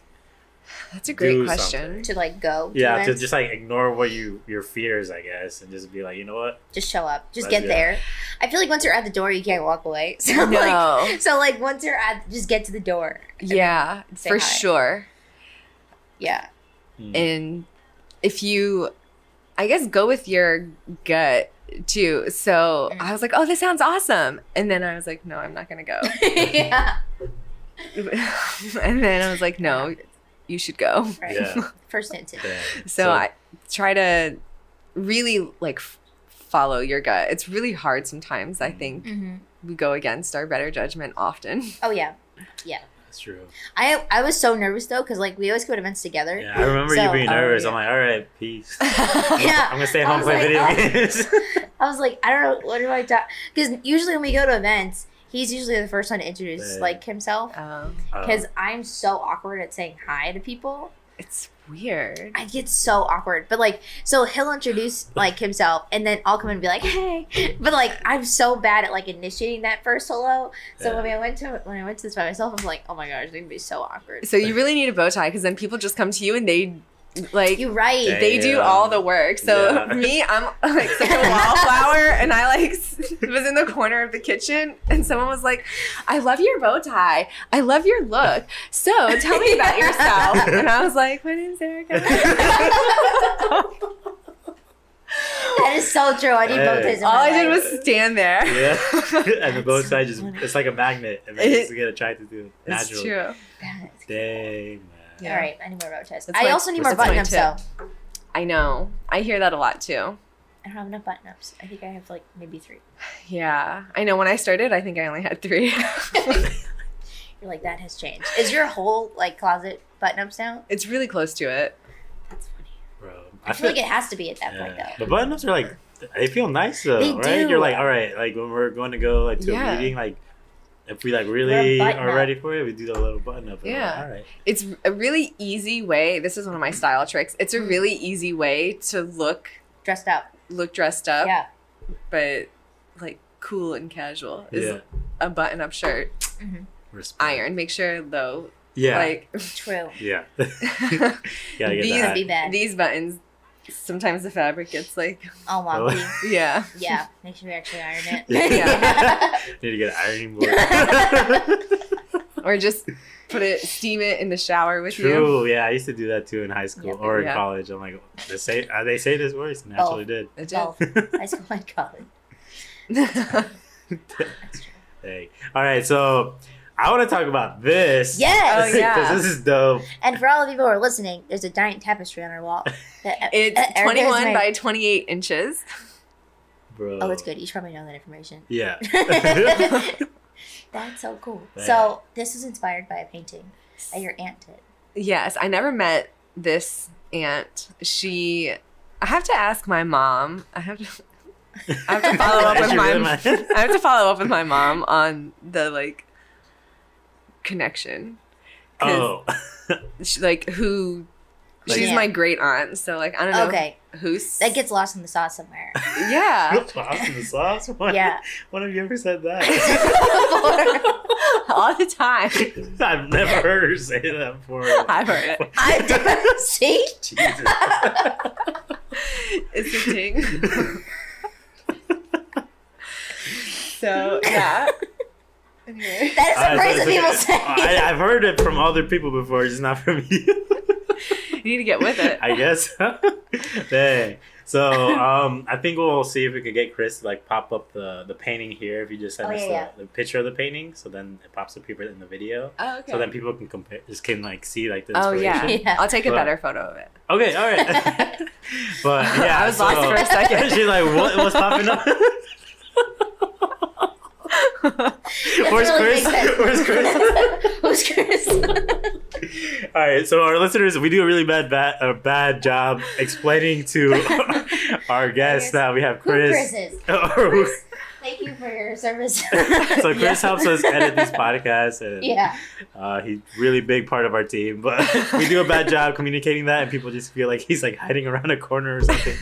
that's a great
do
question.
to like go. to
yeah to
events.
just like ignore what you your fears I guess and just be like you know what
just show up. Just
Let's
get
do it.
there. I feel like once you're at the door, you can't walk away. [laughs] So like,
No,
so like once you're at, just get to the door.
yeah,
say
for
hi.
sure.
[laughs]
Yeah. [laughs]
And if you, I guess, go with your gut too. So
Mm.
I was like, oh, this sounds awesome, and then I was like, no, I'm not gonna go. [laughs]
yeah.
and then I was like, no, you should go.
Right. [laughs]
yeah
First instinct.
dang.
So, I try to really like f- follow your gut. It's really hard sometimes. I think
hmm
we go against our better judgment
[laughs]
often.
Oh yeah.
that's true
I I was so nervous though because like we always go to events together.
yeah I remember you
So- um,
being
Oh,
nervous
yeah.
I'm like all right peace
[laughs] Yeah.
I'm gonna stay
I
home and
was
play
like,
video
oh.
games
I was like, I don't know, what do I talk? Because usually when we go to events, he's usually the first one to introduce
Yeah.
like himself.
um,
[laughs] Because I'm so awkward at saying hi to people.
it's weird.
[laughs]
I get so awkward. But like, so he'll introduce like himself, and then I'll come and be like, "Hey," but like, I'm so bad at like initiating that first hello. So
Yeah.
when I went to when I went to this by myself, I'm like, oh my gosh, it's gonna be so awkward.
So you really need a bow tie because then people just come to you and they like
You're right. [laughs]
Dang.
they do
Yeah.
all the work. So
Yeah.
[laughs] me, I'm like such a wallflower, and I like [laughs] s- was in the corner of the kitchen, and someone was like, "I love your bow tie. I love your look. So tell me about yourself." And I was like, "My name's Erica."
[laughs]
[laughs]
That is so true. I need
Hey.
both his.
all I did was stand there.
[laughs]
[laughs]
[laughs]
yeah and the both
That's
sides just
funny.
it's like a magnet and
It-
they just get attracted to it
It's
naturally
true.
dang man
Yeah.
All right, I need more road test.
That's
I
my-
also need
that's
more
my
button ups
tip.
though.
I know. I hear that a lot too.
I don't have enough button ups. I think I have like maybe three.
Yeah, I know. When I started, I think I only had three. [laughs]
You're like that has changed. Is your whole like closet button ups now?
it's really close to it.
That's funny.
bro
I feel like it has to be at that point
Yeah.
though.
But button ups are like they feel nice though,
They
right?
do.
You're like, all right, like when we're going to go like to
Yeah.
a meeting, like if we like really
button
are
up.
ready for it, we do the little button up. and we're
Yeah.
Like, all right.
It's a really easy way. This is one of my style tricks. It's a
Mm.
really easy way to look
Dressed up.
look dressed up,
Yeah.
but like cool and casual. Is
Yeah.
a button up shirt.
Respect.
Iron. Make sure though,
Yeah.
like [laughs]
True.
[laughs] yeah. [laughs] Gotta get
These
that.
Be bad.
these buttons. Sometimes the fabric gets like [laughs]
All wonky.
yeah.
Oh, yeah. Make sure we actually iron it.
Yeah.
[laughs]
Need to get an ironing board. [laughs]
Or just put it steam it in the shower with you.
True. Yeah, I used to do that too in high school
Yeah.
or in
Yeah.
college. I'm like, they say uh, they say this works, and I
Oh.
actually did. [laughs]
It did. [laughs]
Both. Uh, High school and college. That's true.
Hey. All right, so I want to talk about this.
Yes.
Oh,
[laughs]
yeah.
'Cause this is dope.
And for all of you who are listening, there's a giant tapestry on our wall. that-
[laughs] it's
that Erica has
21
made.
by 28 inches.
Bro.
Oh, that's good. You should probably know
[laughs]
that information.
Yeah.
That's so cool.
Yeah.
So this was inspired by a painting that your aunt did.
Yes, I never met this aunt. She, I have to ask my mom. I have to, I have to follow up
Is
with
she
my,
really mine?
I have to follow up with my mom on the like connection. 'Cause
[laughs] oh.
she, like who,
Like-
she's
Yeah.
my great aunt. So like I don't know
Okay,
who's
that gets lost in the sauce somewhere.
yeah. [laughs]
Sauce in the sauce? What?
Yeah.
When have you ever said that? [laughs]
All the time,
I've [laughs] never heard her say that before.
I've heard it.
I [laughs] see.
Jesus.
It's a ting. so
[laughs]
yeah. Anyway.
That is the
I-
phrase that people say.
I, I've heard it from other people before, just not from you.
You need to get with it.
I guess. [laughs] Dang. So um, I think we'll see if we could get Chris to like pop up the the painting here. If you just send
Oh,
us
yeah,
the,
yeah.
the picture of the painting, so then it pops up here in the video.
Oh, okay.
So then people can compare, just can like see like the
Oh,
inspiration.
yeah. [laughs]
yeah.
I'll take a
But-
better photo of it.
Okay, all
[laughs]
right. [laughs]
[laughs]
but yeah,
I was lost for a
[laughs]
second.
She's like, what? What's popping
[laughs]
up?
That's
Where's
really
Chris? [laughs]
big sense.
Where's Chris?
[laughs]
Where's [laughs] Chris?
All right, so our listeners, we do a really bad bad, uh, bad job explaining
[laughs]
to our guests that we have
Who
Chris.
Chris is?
[laughs] Or who-
Thank you for your service.
[laughs] so Chris
[laughs] Yeah.
helps us edit these podcasts, and
yeah.
uh, he's really big part of our team. But [laughs] we do a bad job communicating that, and people just feel like he's like hiding around a corner or
[laughs]
something.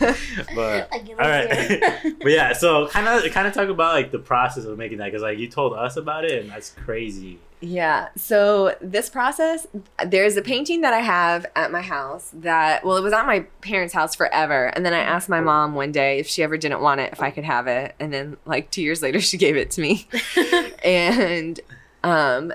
But
Like, you
Uh, all
live
right.
here. [laughs]
but yeah, so kind of kind of talk about like the process of making that because like you told us about it, and that's crazy.
[laughs] Yeah. So this process, there's a painting that I have at my house that, well, it was at my parents' house forever. And then I asked my mom one day if she ever didn't want it, if I could have it. And then like two years later, [laughs] she gave it to me. and um,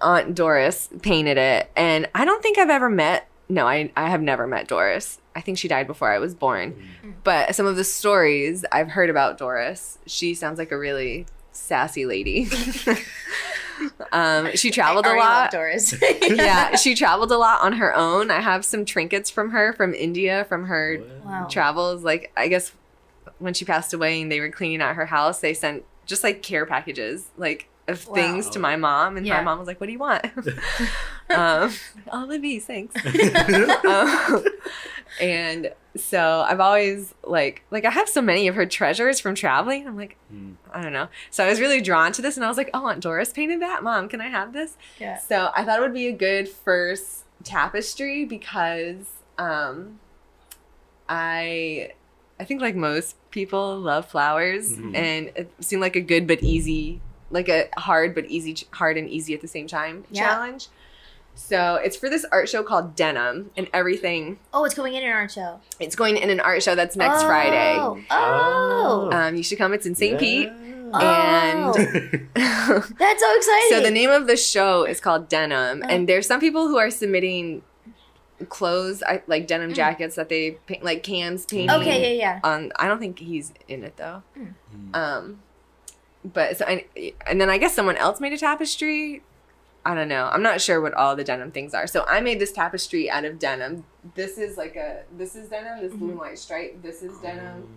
Aunt Doris painted it. And I don't think I've ever met, no, I, I have never met Doris. I think she died before I was born.
Mm.
But some of the stories I've heard about Doris, she sounds like a really sassy
[laughs]
lady. um, she traveled
I
a
already love
[laughs]
lot.
Doris.
yeah, she traveled a lot on her own. I have some trinkets from her from India from her
Wow.
travels. Like I guess when she passed away and they were cleaning out her house, they sent just like care packages, like of
Wow.
things to my mom, and
Yeah.
my mom was like, "What do
[laughs]
you want?" [laughs] um, all of these, thanks.
[laughs]
Um, and so I've always like like I have so many of her treasures from traveling. I'm like,
Mm.
I don't know. So I was really drawn to this, and I was like, "Oh, Aunt Doris painted that. Mom, can I have this?"
Yeah.
So I thought it would be a good first tapestry because um, I I think like most people love flowers
Mhm.
and it seemed like a good but easy like a hard but easy ch- hard and easy at the same time
Yeah.
challenge. So it's for this art show called Denim and everything.
Oh, it's going in in our show.
It's going in an art show that's next
oh.
Friday.
Oh.
Um, you should come. It's in St. Pete.
[laughs]
Oh.
And
[gasps]
[laughs]
That's so exciting.
So the name of the show is called Denim,
Oh.
and there's some people who are submitting clothes, I, like denim
Mm.
jackets that they paint, like cams painting.
Okay, yeah, yeah.
On, I don't think he's in it though.
Mm.
Um, but so I, and then I guess someone else made a tapestry. I don't know. I'm not sure what all the denim things are. So I made this tapestry out of denim. This is like a this is denim. This
Mm-hmm.
blue and white stripe. This is denim.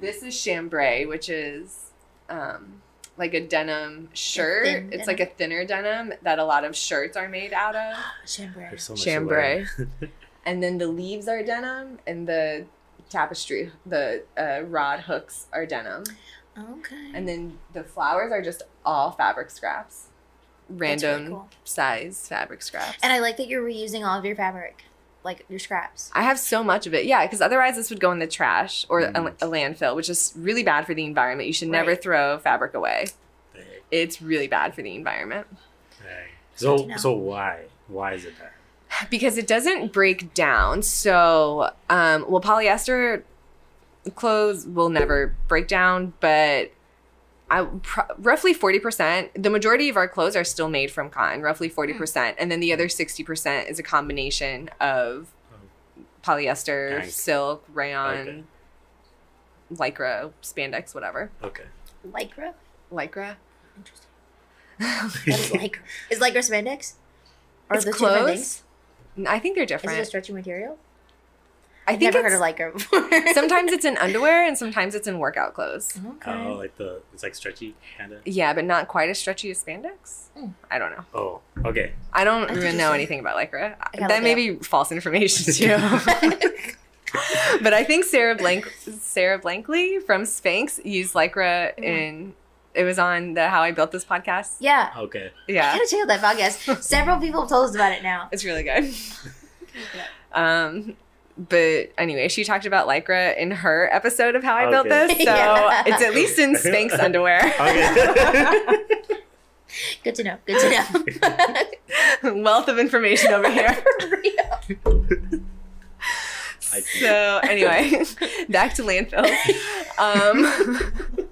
This is chambray, which is um, like a denim shirt.
thin
it's
denim.
like a thinner denim that a lot of shirts are made out of.
Chambray.
There's so much to
Chambray.
learn.
[laughs] and then the leaves are denim, and the tapestry, the uh, rod hooks are denim.
Okay.
And then the flowers are just all fabric scraps,
That's
random
really cool.
size fabric scraps.
And I like that you're reusing all of your fabric, like your scraps.
I have so much of it. Yeah, because otherwise this would go in the trash or a-
Mm.
a, landfill, which is really bad for the environment. You should never
Right.
throw fabric away.
Dang.
it's really bad for the environment
Dang.
Good to
So
know.
so why why is it that?
because it doesn't break down. So, um, well, polyester clothes will never break down, but I pro- roughly forty percent. The majority of our clothes are still made from cotton, roughly forty percent, and then the other sixty percent is a combination of polyester,
Nice.
silk, rayon, lycra, spandex, whatever.
Okay.
Lycra?
Lycra.
Interesting. What
[laughs]
is lycra? Is lycra spandex? Are those
It's
two different
clothes.
things?
I think they're
Is
different.
it a stretchy material?
I
I've
think
never heard
it's-
of lycra before. [laughs]
sometimes it's in underwear and sometimes it's in workout clothes.
Okay.
Oh, like the it's like stretchy kind of.
Yeah, but not quite as stretchy as spandex.
Mm.
I don't know.
Oh, okay.
I don't
That's
really know
interesting.
anything about lycra.
gotta
That
look
may
it
be false
[laughs]
information too. [laughs] but I think Sarah Blank Sarah Blankley from Sphinx used lycra
Mm.
in it was on the How I Built This podcast.
[laughs] yeah.
Okay.
I
Yeah.
gotta check out that podcast. Several people have told us about it now.
It's really
[laughs]
good. Um but anyway, she talked about lycra in her episode of How I Built
Okay.
This. So
Yeah.
it's at least in Sphinx
[laughs]
underwear.
Okay.
Good to know. Good to know.
Wealth of information over here.
[laughs] For real.
I see.
so anyway,
[laughs]
back to landfill. Um,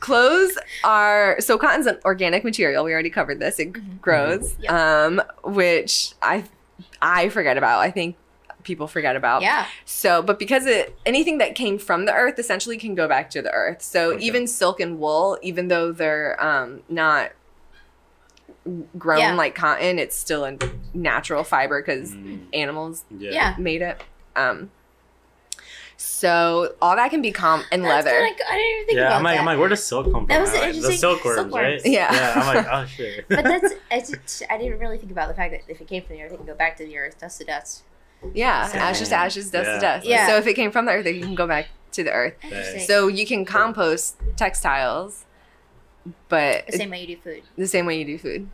clothes are so cotton's an organic material. We already covered this. It
Mm-hmm.
Mhm.
grows,
Yep.
um, which I I forget about. I think people forget about.
Yeah.
So, but because it anything that came from the earth essentially can go back to the earth. So
Okay.
even silk and wool, even though they're um, not grown
Yeah.
like cotton, it's still a natural fiber because
[laughs] Mm,
animals
yeah.
Yeah.
made it. Um, so all that can be calm and
That's
leather.
kinda- I didn't even think
Yeah,
about
I'm like,
that.
I'm like, where does silk come from?
That was
I'm
an
like, the
interesting-
silkworms,
silkworms.
right?
Yeah.
yeah. I'm like, oh shit. [laughs]
but that's I, just, I didn't really think about the fact that if it came from the earth, it can go back to the earth, dust to dust.
yeah,
Sand.
ashes to ashes, dust
Yeah.
to dust.
Yeah.
So if it came from the earth, it can go back to the earth.
Interesting.
So you can compost textiles, but
the same way you do food.
the same way you do food.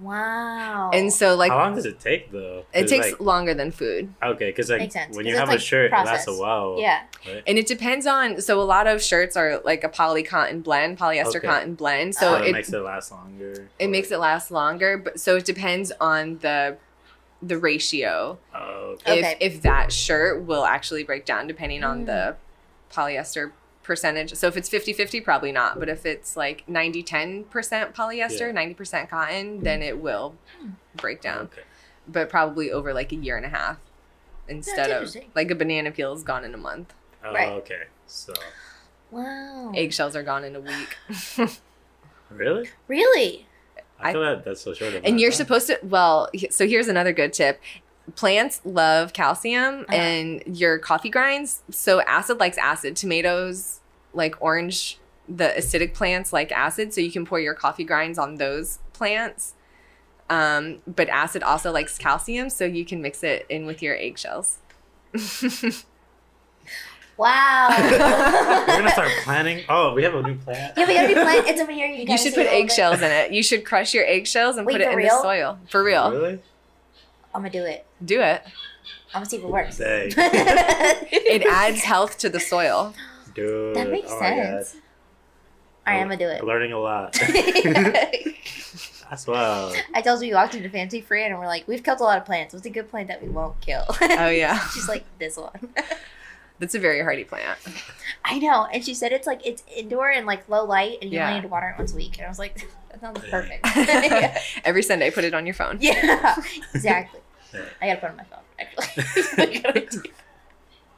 Wow.
And so like
How long does it take though?
it
'Cause,
takes
like,
longer than food,
okay, because like
Makes sense,
when
'cause
you
it's,
have
like,
a shirt, it lasts
processed.
a while.
yeah,
Right?
and it depends on. So a lot of shirts are like a poly cotton blend, polyester
Okay.
cotton blend.
So
So
it,
it
makes it last longer.
it makes it last longer, but so it depends on the the ratio.
Oh, okay.
Okay.
if if that shirt will actually break down depending
Mm.
on the polyester percentage. So if it's 50-50 probably not, but if it's like 90-10% polyester, 90% cotton, then it will
Hmm.
break down.
Okay.
But probably over like a year and a half instead of
interesting.
like a banana peel is gone in a month.
Oh,
Right.
okay. So
wow.
Eggshells are gone in a week. [laughs]
really,
Really?
I,
I-
feel that that's so short. Of
and
my
Uh-huh.
you're
time.
supposed to well, he- so here's another good tip. Plants love calcium
Uh-huh.
and your coffee grinds. So acid likes acid. Tomatoes like orange the acidic plants like acid, so you can pour your coffee grinds on those plants. Um, but acid also likes calcium, so you can mix it in with your
[laughs]
eggshells.
Wow.
[laughs] [laughs] We're gonna start planning. Oh, we have a new plan.
[laughs] yeah, we gotta be
[laughs]
plant. It's over here. You, can
You
kinda
should
see
put
a little bit.
eggshells in it. You should crush your eggshells and
Wait,
put it
for
in
real?
the soil. For real.
Really?
I'm gonna do it.
Do it.
I'm gonna see if it works. [laughs]
Dang,
it
It adds health to the soil.
dude.
That makes
oh my God.
sense. All right, I'm gonna do it.
Learning a
[laughs]
lot. [laughs]
[laughs]
That's wild.
I told you we walked into Fancy Free and we're like, we've killed a lot of plants. What's a good plant that we won't kill? [laughs]
Oh yeah.
She's like this one.
That's a very hardy plant.
I know, and she said it's like it's indoor and like low light, and you
Yeah.
only need to water it once a week. And I was like, [laughs] that sounds
Yeah.
perfect. [laughs]
[laughs] Every Sunday, put it on your phone.
yeah, exactly.
Yeah.
I gotta put it on my phone. [laughs]
[laughs]
Actually.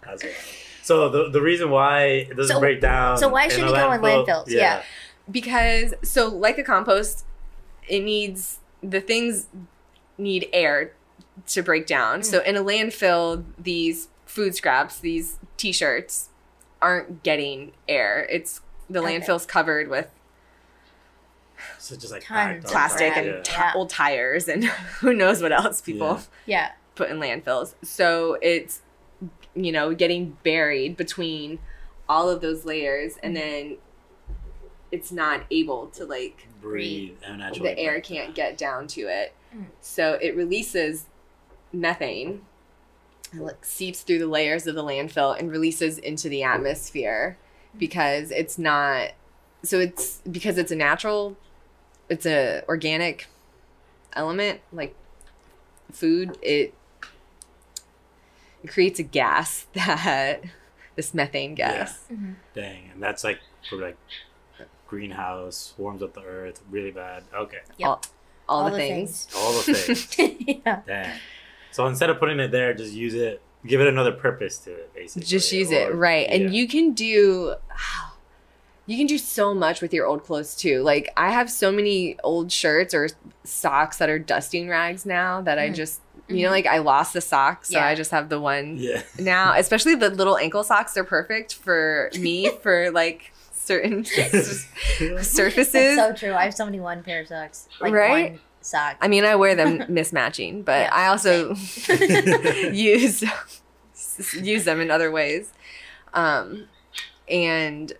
That's wild. So the the reason why it doesn't
So-
break down.
so why
in
should
a
we go in landfills? Yeah.
Because, so like a compost, it needs the things need air to break down. So
Mm.
in a landfill, these food scraps, these t shirts, aren't getting air. It's the
Okay.
landfill's covered with
So just like
Tons
packed
of
on top.
plastic
crap.
and ti-
Yeah.
old tires and [laughs] who knows what else people
Yeah.
yeah,
put in landfills. So it's, you know, getting buried between all of those layers and then it's not able to like
breathe and naturally
the air
break
can't get down to it.
Mm.
So it releases methane, it, like seeps through the Hmm. layers of the landfill and releases into the atmosphere because it's not so it's because it's a natural, it's a organic element like food. It it creates a gas [laughs] that this methane gas.
mm-hmm.
Dang, and that's like for like greenhouse warms up the earth really bad. Okay,
Yep.
All, all, the, things.
all the
[laughs]
things.
things. [laughs] yeah.
Dang. So instead of putting it there, just use it. Give it another purpose to it, basically.
Just use it,
or-
right?
yeah.
And you can do [sighs] you can do so much with your old clothes too. Like I have so many old shirts or socks that are dusting rags now that I
Mm.
just you know like I lost the sock, so
Yeah.
I just have the one [laughs]
Yeah.
now, especially the little ankle socks, they're perfect for me for like certain s-
That's
surfaces.
so true. I have so many one pair of socks. Like
Right?
one sock.
I mean, I wear them mismatching, but
Yeah,
I also
[laughs]
[laughs] use use them in other ways. Um, and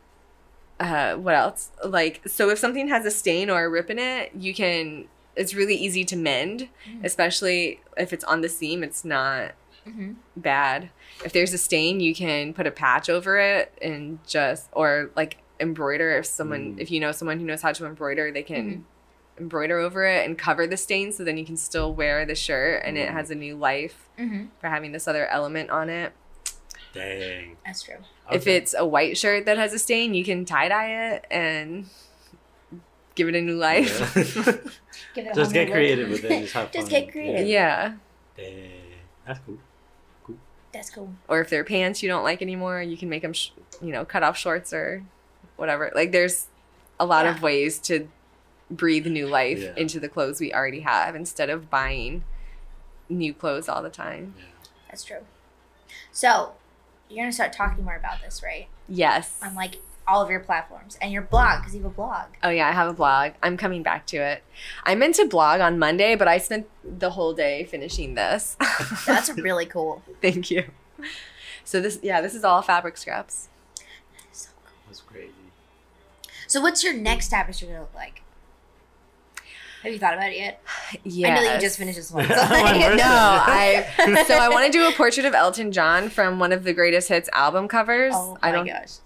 uh, what else? Like, so if something has a stain or a rip in it, you can. It's really easy to mend,
Mm.
especially if it's on the seam. It's not
Mm-hmm,
hmm
bad. If there's a stain, you can put a patch over it and just or like embroider if someone
Mm. Mm-hmm.
if you know someone who knows how to embroider, they can embroider over it and cover the stain so then you can still wear the shirt and it
Mm.
has a new life
mm-hmm.
hmm
for having this other element on it.
[laughs] Dang.
That's true.
If
Okay.
it's a white shirt that has a stain, you can tie-dye it and give it a new life.
Yeah. [laughs]
Give it a
just
whole
get
new
creative
look.
with it. Just have
Just
fun.
get creative.
[laughs] yeah.
Dang. That's cool.
[laughs] That's cool.
or if they're pants you don't like anymore, you can make them, sh- you know, cut off shorts or whatever. Like there's a lot of ways to breathe new life
Yeah.
into the clothes we already have instead of buying new clothes all the time.
That's true. So you're gonna start talking more about this, right?
Yes.
On like all of your platforms and your blog, because you have a blog.
Oh yeah, I have a blog. I'm coming back to it. I meant to blog on Monday, but I spent the whole day
[laughs]
finishing this. [laughs]
That's really cool.
Thank you. So this yeah, this is all fabric scraps.
That's crazy.
So what's your next tapestry gonna look like? Have you thought about it yet?
Yeah.
I know that you just finished this one. So
Oh, my
[laughs]
[laughs]
word.
no, I so I want to do a portrait of Elton John from one of the greatest hits album covers.
Oh my
I don't
gosh.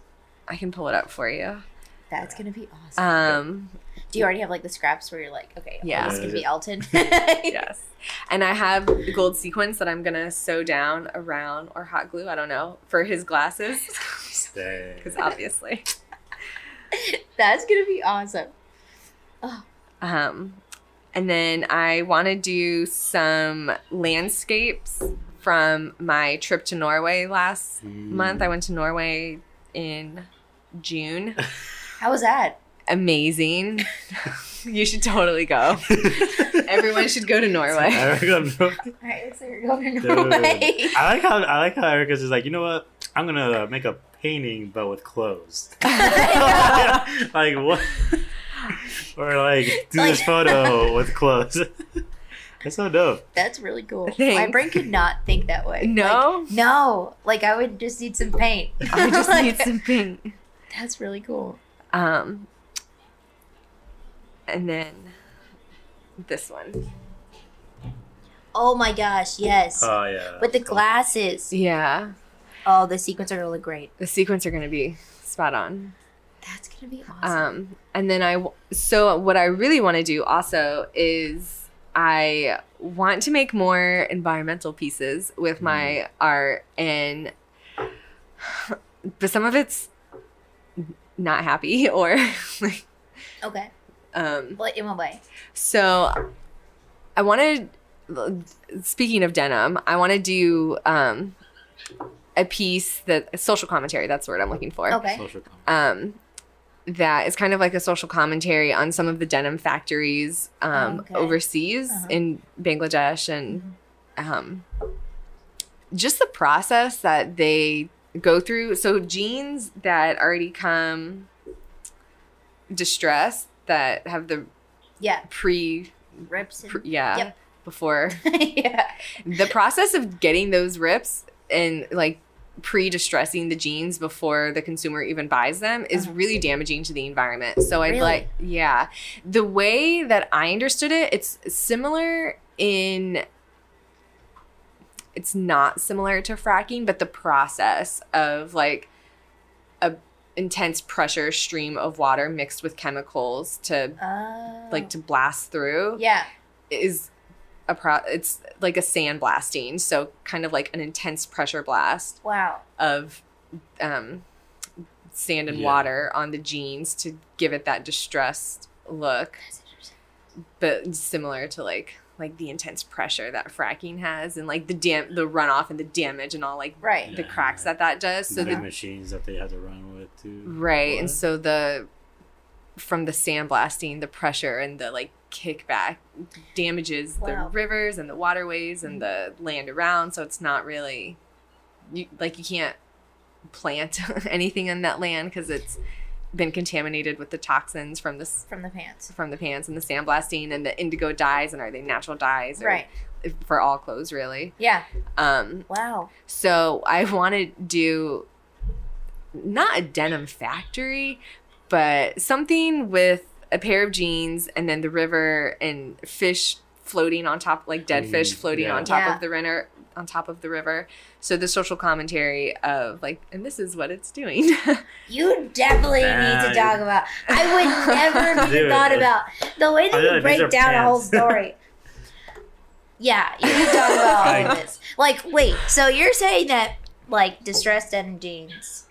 I can pull it up for you.
That's gonna be awesome. [laughs]
Um
Do you already have like the scraps where you're like, okay,
Yeah.
yeah, it's gonna
Yeah.
be
[laughs]
Elton?
yes. And I have gold sequins that I'm going to sew down around or hot glue, I don't know, for his glasses [laughs]
Dang. [laughs]
cuz obviously.
That's gonna be awesome.
Um and then I want to do some landscapes from my trip to Norway last month. I went to Norway in June.
How was that?
amazing. [laughs] you should totally go. Everyone should go to Norway.
[laughs] Erica,
All right, looks like you're going to
Dude.
[laughs] Norway.
I like how I like how Erica's just like, you know what? I'm gonna make a painting but with
[laughs]
clothes. [laughs] like what? or like do this
Like-
[laughs]
photo with clothes. [laughs] That's so dope.
That's really cool. My
Thanks.
brain could not think that way.
[laughs] No,
Like, no, like I would just need some paint. [laughs]
I [laughs] just
Like,
need some pink.
That's really cool.
Um, and then this one.
Oh my gosh, yes.
Oh yeah.
With the glasses.
Yeah,
Oh, the sequins are gonna look great.
the sequins are gonna be spot on.
That's gonna be awesome.
Um, and then I w- so what I really want to do also is I want to make more environmental pieces with my art and [sighs] but some of it's not happy [laughs] or like
okay.
um
Well, in what way?
so I want to speaking of denim, I want to do um a piece that social commentary that's the word I'm looking for
Okay.
Social comment.
um, that is kind of like a social commentary on some of the denim factories um,
Oh, okay.
overseas
Uh-huh. Mm-hmm.
in Bangladesh and um, just the process that they go through. So jeans that already come distressed that have the
Yeah.
pre,
Rips.
pre
And-
yeah
Yep.
before
[laughs] yeah.
the process of getting those rips and like pre-distressing the jeans before the consumer even buys them is
Uh-huh.
really damaging to the environment. So I'd
Really?
like yeah. The way that I understood it, it's similar in it's not similar to fracking, but the process of like a intense pressure stream of water mixed with chemicals to
Oh.
like to blast through
yeah.
is a pro it's like a sand blasting so kind of like an intense pressure blast
Wow.
of um sand and
Yeah.
water on the jeans to give it that distressed look
That's interesting.
but similar to like like the intense pressure that fracking has and like the dam the runoff and the damage and all like
Right.
the cracks that that does so
the big
the
machines that they had to run with too.
right and
What?
so the from the sandblasting the pressure and the like kickback damages
Wow. Mm-hmm.
the rivers and the waterways and the land around so it's not really you like you can't plant [laughs] anything on that land because it's been contaminated with the toxins from this
From the pants.
from the pants and the sandblasting and the indigo dyes and are they natural dyes or
Right.
for all clothes really
Yeah.
um
Wow.
so I [laughs] want to do not a denim factory, but something with a pair of jeans and then the river and fish floating on top, like dead
Mm,
fish floating
yeah.
on top
Yeah.
of the river, on top of the river. So the social commentary of like, and this is what it's doing. [laughs]
You definitely need
Nah,
to talk
you-
about.
[laughs]
I would never have even
Dude,
thought
like-
about the way
I
that
feel
you
like
break
these are
down a whole
pants. [laughs]
story. yeah, you need to talk about all
I-
of this. Like, wait. So you're saying that like distressed denim jeans?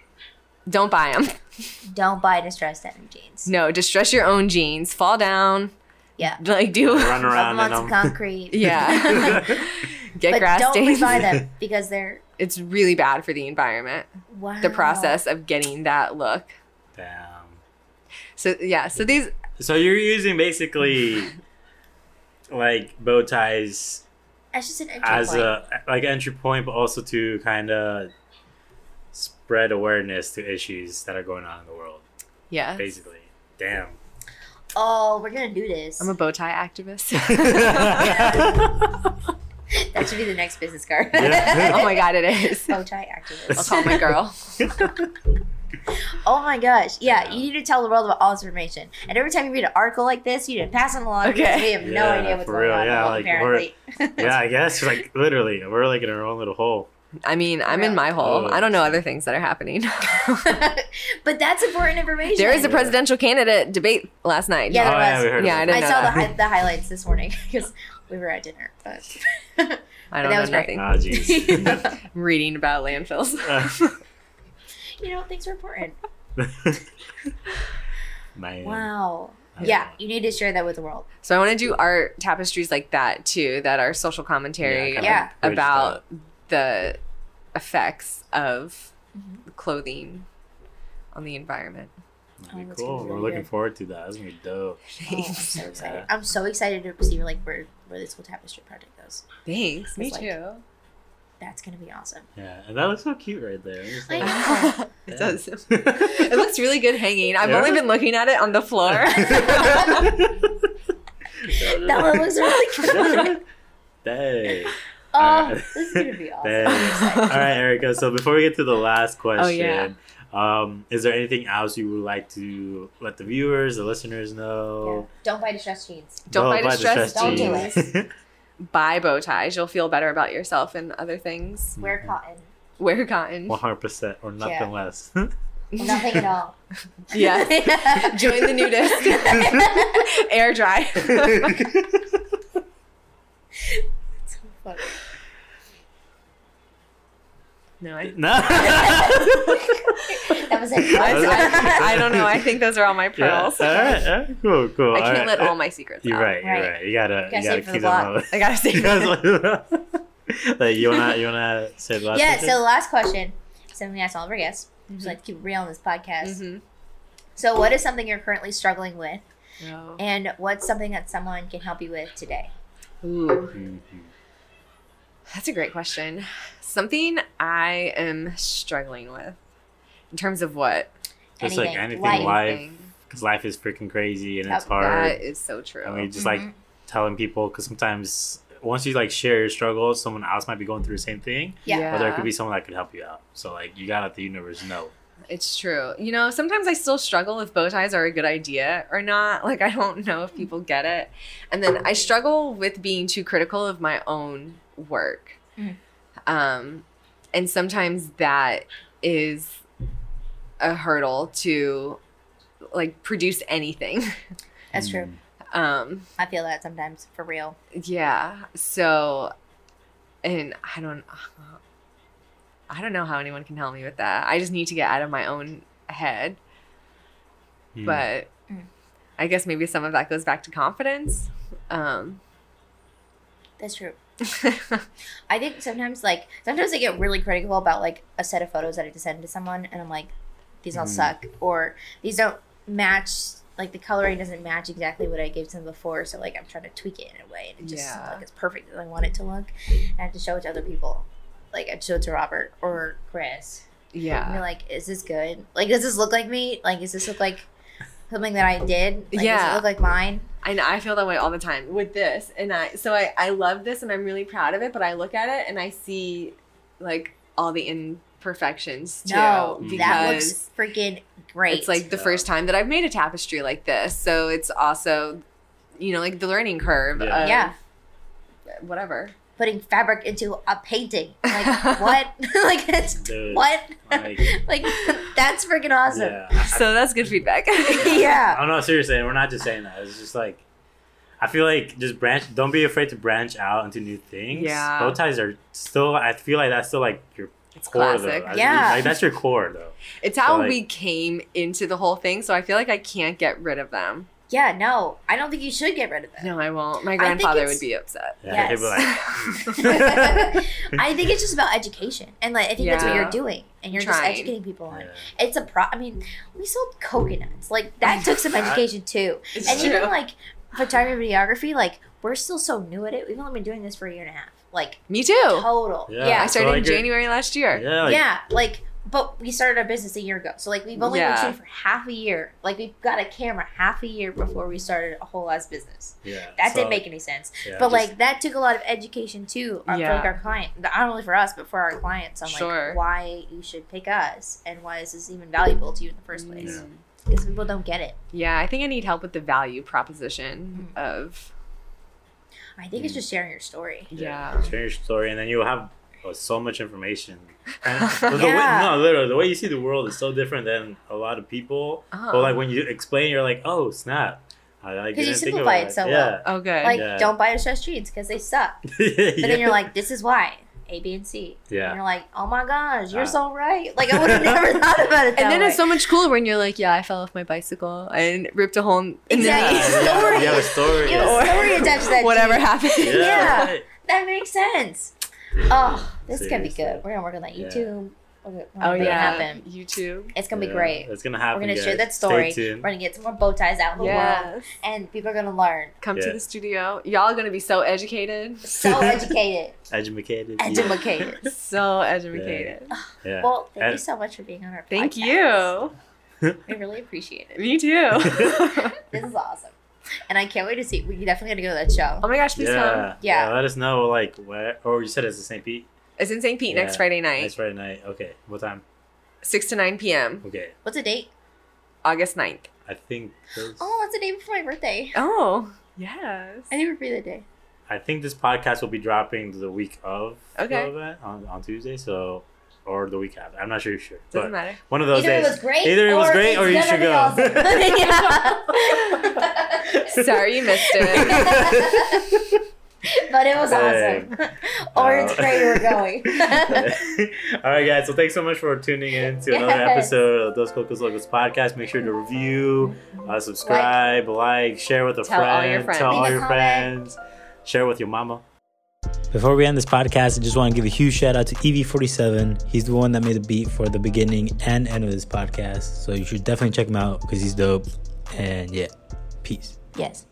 Don't buy them.
Don't buy distressed denim jeans.
No, distress your own jeans. Fall down.
Yeah.
[laughs] Like do.
Run
Rub
around
them on
and [laughs]
some
um,
concrete.
[laughs]
[laughs]
Yeah. Get
but
grass
don't
stains.
rebuy
[laughs]
them because they're
It's really bad for the environment.
wow.
The process of getting that look.
[laughs] Damn.
So yeah, so these
So you're using basically like bow ties
That's just an entry
as
point.
a like entry point, but also to kind of spread awareness to issues that are going on in the world.
yeah.
Basically,
[laughs]
damn.
oh, we're gonna do this.
I'm a bow tie
[laughs]
activist. [laughs]
that should be the next business card. [laughs]
Yeah.
oh my god, it is.
Bow tie
[laughs]
I'll
activist.
call my girl.
Oh my gosh. Yeah,
Yeah.
you need to tell the world about all this information. And every time you read an article like this, you need to pass it along
Okay.
because we have no
Yeah,
idea what's
for
going
real,
on. in the
yeah,
world,
like, we're-
apparently.
[laughs] yeah, I guess like literally, we're like in our own little hole.
I mean, I'm in my hole. I don't know other things that are
[laughs]
happening. [laughs]
but that's important information.
there is a presidential candidate debate last night.
Yeah,
oh
there
yeah,
was.
we heard.
Yeah, I
about
I
didn't
saw the,
know
hi- the highlights this morning [laughs] because we were at dinner.
[laughs]
But
I don't
that was
know
great.
nothing.
that. Oh jeez.
Reading about landfills. [laughs]
[laughs]
[laughs]
you know, things are important.
Man.
Wow.
I don't
Yeah,
know.
you need to share that with the world.
So I want to do art tapestries like that too, that are social commentary
kinda
Yeah.
bridge
about the effects of
Mm-hmm.
clothing on the environment.
that. That'd
Oh,
be
that's
cool.
gonna be
We're
really
looking
good.
forward to that. That's gonna be dope.
Oh, I'm
Thanks.
so excited.
Yeah.
I'm so excited to see like where where this whole tapestry project goes.
Thanks. Me
It's like-
too.
That's gonna be awesome.
Yeah, and that looks so cute right there. I'm just
I
like-
know.
it
Yeah.
does. It
[laughs]
looks [laughs] really good hanging. I've
Yeah.
only been looking at it on the floor.
That one looks
[laughs]
really [laughs] cute.
Dang.
Oh, this is gonna be awesome.
Dang. [laughs] All right, Erica. So before we get to the last
Oh, yeah.
question, um, is there anything else you would like to let the viewers, the listeners
Yeah.
know?
Don't buy distressed jeans.
Don't
Well,
buy
about
distressed
Don't do
jeans. [laughs]
Buy bow ties. You'll feel better about yourself and other things.
Mm-hmm.
Wear cotton.
Wear cotton.
100% or nothing
Yeah. [laughs]
less. [laughs]
Nothing at all.
[laughs] yeah.
[laughs]
Join
[laughs]
the nudist. Air dry. no,
[laughs]
I,
no.
that was
I,
it.
[laughs] I- I don't know. I think those are all my
Yeah. Uh, All
pearls.
right, all right, cool, cool.
I can't
right.
let all my secrets
uh, [laughs] You're
out.
right. You're
Right.
right. You gotta, you
Gotta
gotta
save for the
keep them all.
I gotta say.
[laughs] You gotta save- [laughs] like you wanna, you wanna say the last
yeah.
question?
So last question. Something we asked all of our guests. We
Mm-hmm.
just like to keep it real on this podcast. So, what is something you're currently struggling with,
Mm-hmm.
and what's something that someone can help you with today?
Ooh.
Mhm.
That's a great question. Something I am struggling with in terms of what?
Just like anything,
Life.
life, because life is freaking crazy and it's
Yep.
hard.
That is so true. Mm-hmm.
and we just
Mhm.
like telling people because sometimes once you like share your struggles, someone else might be going through the same thing,
Yeah.
but there could be someone that could help you out. So like you gotta let the universe know.
It's true. You know, sometimes I still struggle if bow ties are a good idea or not. [laughs] Like, I don't know if people get it. And then I struggle with being too critical of my own work.
Mm.
Um, and sometimes that is a hurdle to like produce anything. [laughs]
That's
Mm.
true.
Um,
I feel that sometimes for real.
yeah. So, and I don't, I don't know how anyone can help me with that. I just need to get out of my own head.
Mm-hmm.
Mm.
But
Mm.
I guess maybe some of that goes back to confidence.
[laughs]
Um,
That's true. I think sometimes like sometimes I get really critical about like a set of photos that I just send to someone and I'm like, these all
Mm.
suck or these don't match like the coloring doesn't match exactly what I gave them before, so like I'm trying to tweak it in a way and it just doesn't
Yeah.
look as perfect as I want it to look. And I have to show it to other people. Like I'd show it to Robert or Chris. And
yeah.
you're like, is this good? Like does this look like me? Like does this look like something that I did? Like does
Yeah.
it look like mine?
And I feel that way all the time with this. And I, so I, I love this and I'm really proud of it, but I look at it and I see like all the imperfections too.
No, that
because-
looks freaking great.
It's like the
Yeah.
first time that I've made a tapestry like this. So it's also, you know, like the learning curve.
Yeah.
Of
Yeah.
Whatever.
putting fabric into a
[laughs]
painting. Like what? [laughs] like it's
Dude,
what?
like,
[laughs] Like that's freaking awesome.
yeah. I-
So that's good
[laughs]
feedback.
[laughs] Yeah.
I don't know. Seriously, we're not just saying that. It's just like I feel like just branch. Don't be afraid to branch out into new things.
Yeah.
bow ties are still. I feel like that's still like your
It's
core
classic.
though. I-
Yeah.
like that's your core though.
It's how
So, like-
we came into the whole thing. So I feel like I can't get rid of them.
Yeah, no. I don't think you should get rid of it.
No, I won't. My
think
grandfather
it's-
would be upset.
Yeah, he'd be like-
[laughs] I think it's just about education. And like I think that's what
Yeah.
you're doing. And you're
Trying.
just educating people on.
Yeah.
It's a pro I mean, we sold coconuts. Like that took
[laughs]
some
That-
education too.
It's
and
true.
even like photography videography, like we're still so new at it. We've only been doing this for a year and a half. Like
Me too.
total.
Yeah.
I
yeah.
started
So,
in
like, you're-
January last [laughs] year.
[laughs] Oh, Yeah, like,
yeah, like, but we started our business a year ago, so like we've only
Yeah.
been shooting for half a year. Like we got a camera half a year before we started a whole ass business.
yeah.
That
So,
didn't make any sense,
yeah,
but
just-
like that took a lot of education too uh,
Yeah.
for like our client, not only for us but for our clients on like
Sure.
why you should pick us and why is this even valuable to you in the first place?
Yeah.
Because people don't get it.
Yeah, I think I need help with the value proposition
Hmm.
of
I
Mm.
think it's just sharing your story.
yeah.
share your story, and then you'll have uh, so much information. And the way,
Yeah.
no, literally, the way you see the world is so different than a lot of people.
Uh-huh.
But like when you explain, you're like, oh snap! I like didn't
'Cause you
think
simplify
about
it
that. [laughs]
so
yeah.
oh, good.
Like,
Yeah.
don't buy distressed jeans because they suck. But then you're like, this is why A, B, and C. And
yeah,
you're like, oh my gosh, you're
Ah.
so right. Like I would have [laughs] never thought about it. That
and then
way.
it's so much cooler when you're like, yeah, I fell off my bicycle and ripped a hole in in the
Exactly.
knee. [laughs]
Yeah.
You have a story.
It was
Or-
story attached to that.
Whatever
jean.
happened.
[laughs] yeah,
Yeah.
right.
That makes sense. Oh, this is gonna be
Seriously.
good. We're gonna work on that
Yeah.
YouTube. We're gonna-
[laughs]
we're
Oh
gonna make it
yeah,
happen.
YouTube.
It's gonna
Yeah,
be great.
It's gonna happen.
We're gonna
guys.
share that
Stay
story. We're
tuned.
gonna get some more bow ties out in the world,
Yes.
and people are gonna learn.
Come to
Yeah.
the studio. Y'all gonna be so educated,
[laughs]
So educated, [laughs]
Educated. yeah.
educated.
[laughs] so educated.
Yeah.
Well, thank you
And-
so much for being on our
Thank
podcast.
you.
We really appreciate it.
Me
[laughs]
too. [laughs]
This is awesome, and I can't wait to see. We definitely gotta go to that show.
oh my gosh, please come.
yeah.
Yeah.
Let us know like where, or you said it's the St. Pete.
It's in St. Pete next
Yeah.
Friday night,
Next Friday night. Okay. What time?
six to nine p.m.
Okay.
What's the date?
August 9th.
I think. those-
Oh, it's the day before my birthday.
Oh yes.
I think we're free that day.
I think this podcast will be dropping the week of
Okay.
the event on, on Tuesday, so or the week after. I'm not sure sure.
Doesn't
But
[laughs] matter.
one of those
either
days.
it was great.
Either it was great, or you
it's
should go.
gonna [laughs] be awesome.
[laughs]
[laughs] Yeah.
Sorry you missed [laughs] it.
but it was
Dang.
awesome. or
No.
it's great. We're going.
[laughs] [laughs]
[laughs]
All right, guys. So thanks so much for tuning in to another
Yes.
episode of Those Cocos Locos podcast. Make sure to review, uh, subscribe, like, share with a
Tell all your
friend, tell
friends.
all
Leave a
your
comment.
friends, share with your mama.
Before we end this podcast, I just want to give a huge shout out to E EV47. He's the one that made the beat for the beginning and end of this podcast. So you should definitely check him out because he's dope. And yeah, peace.
yes.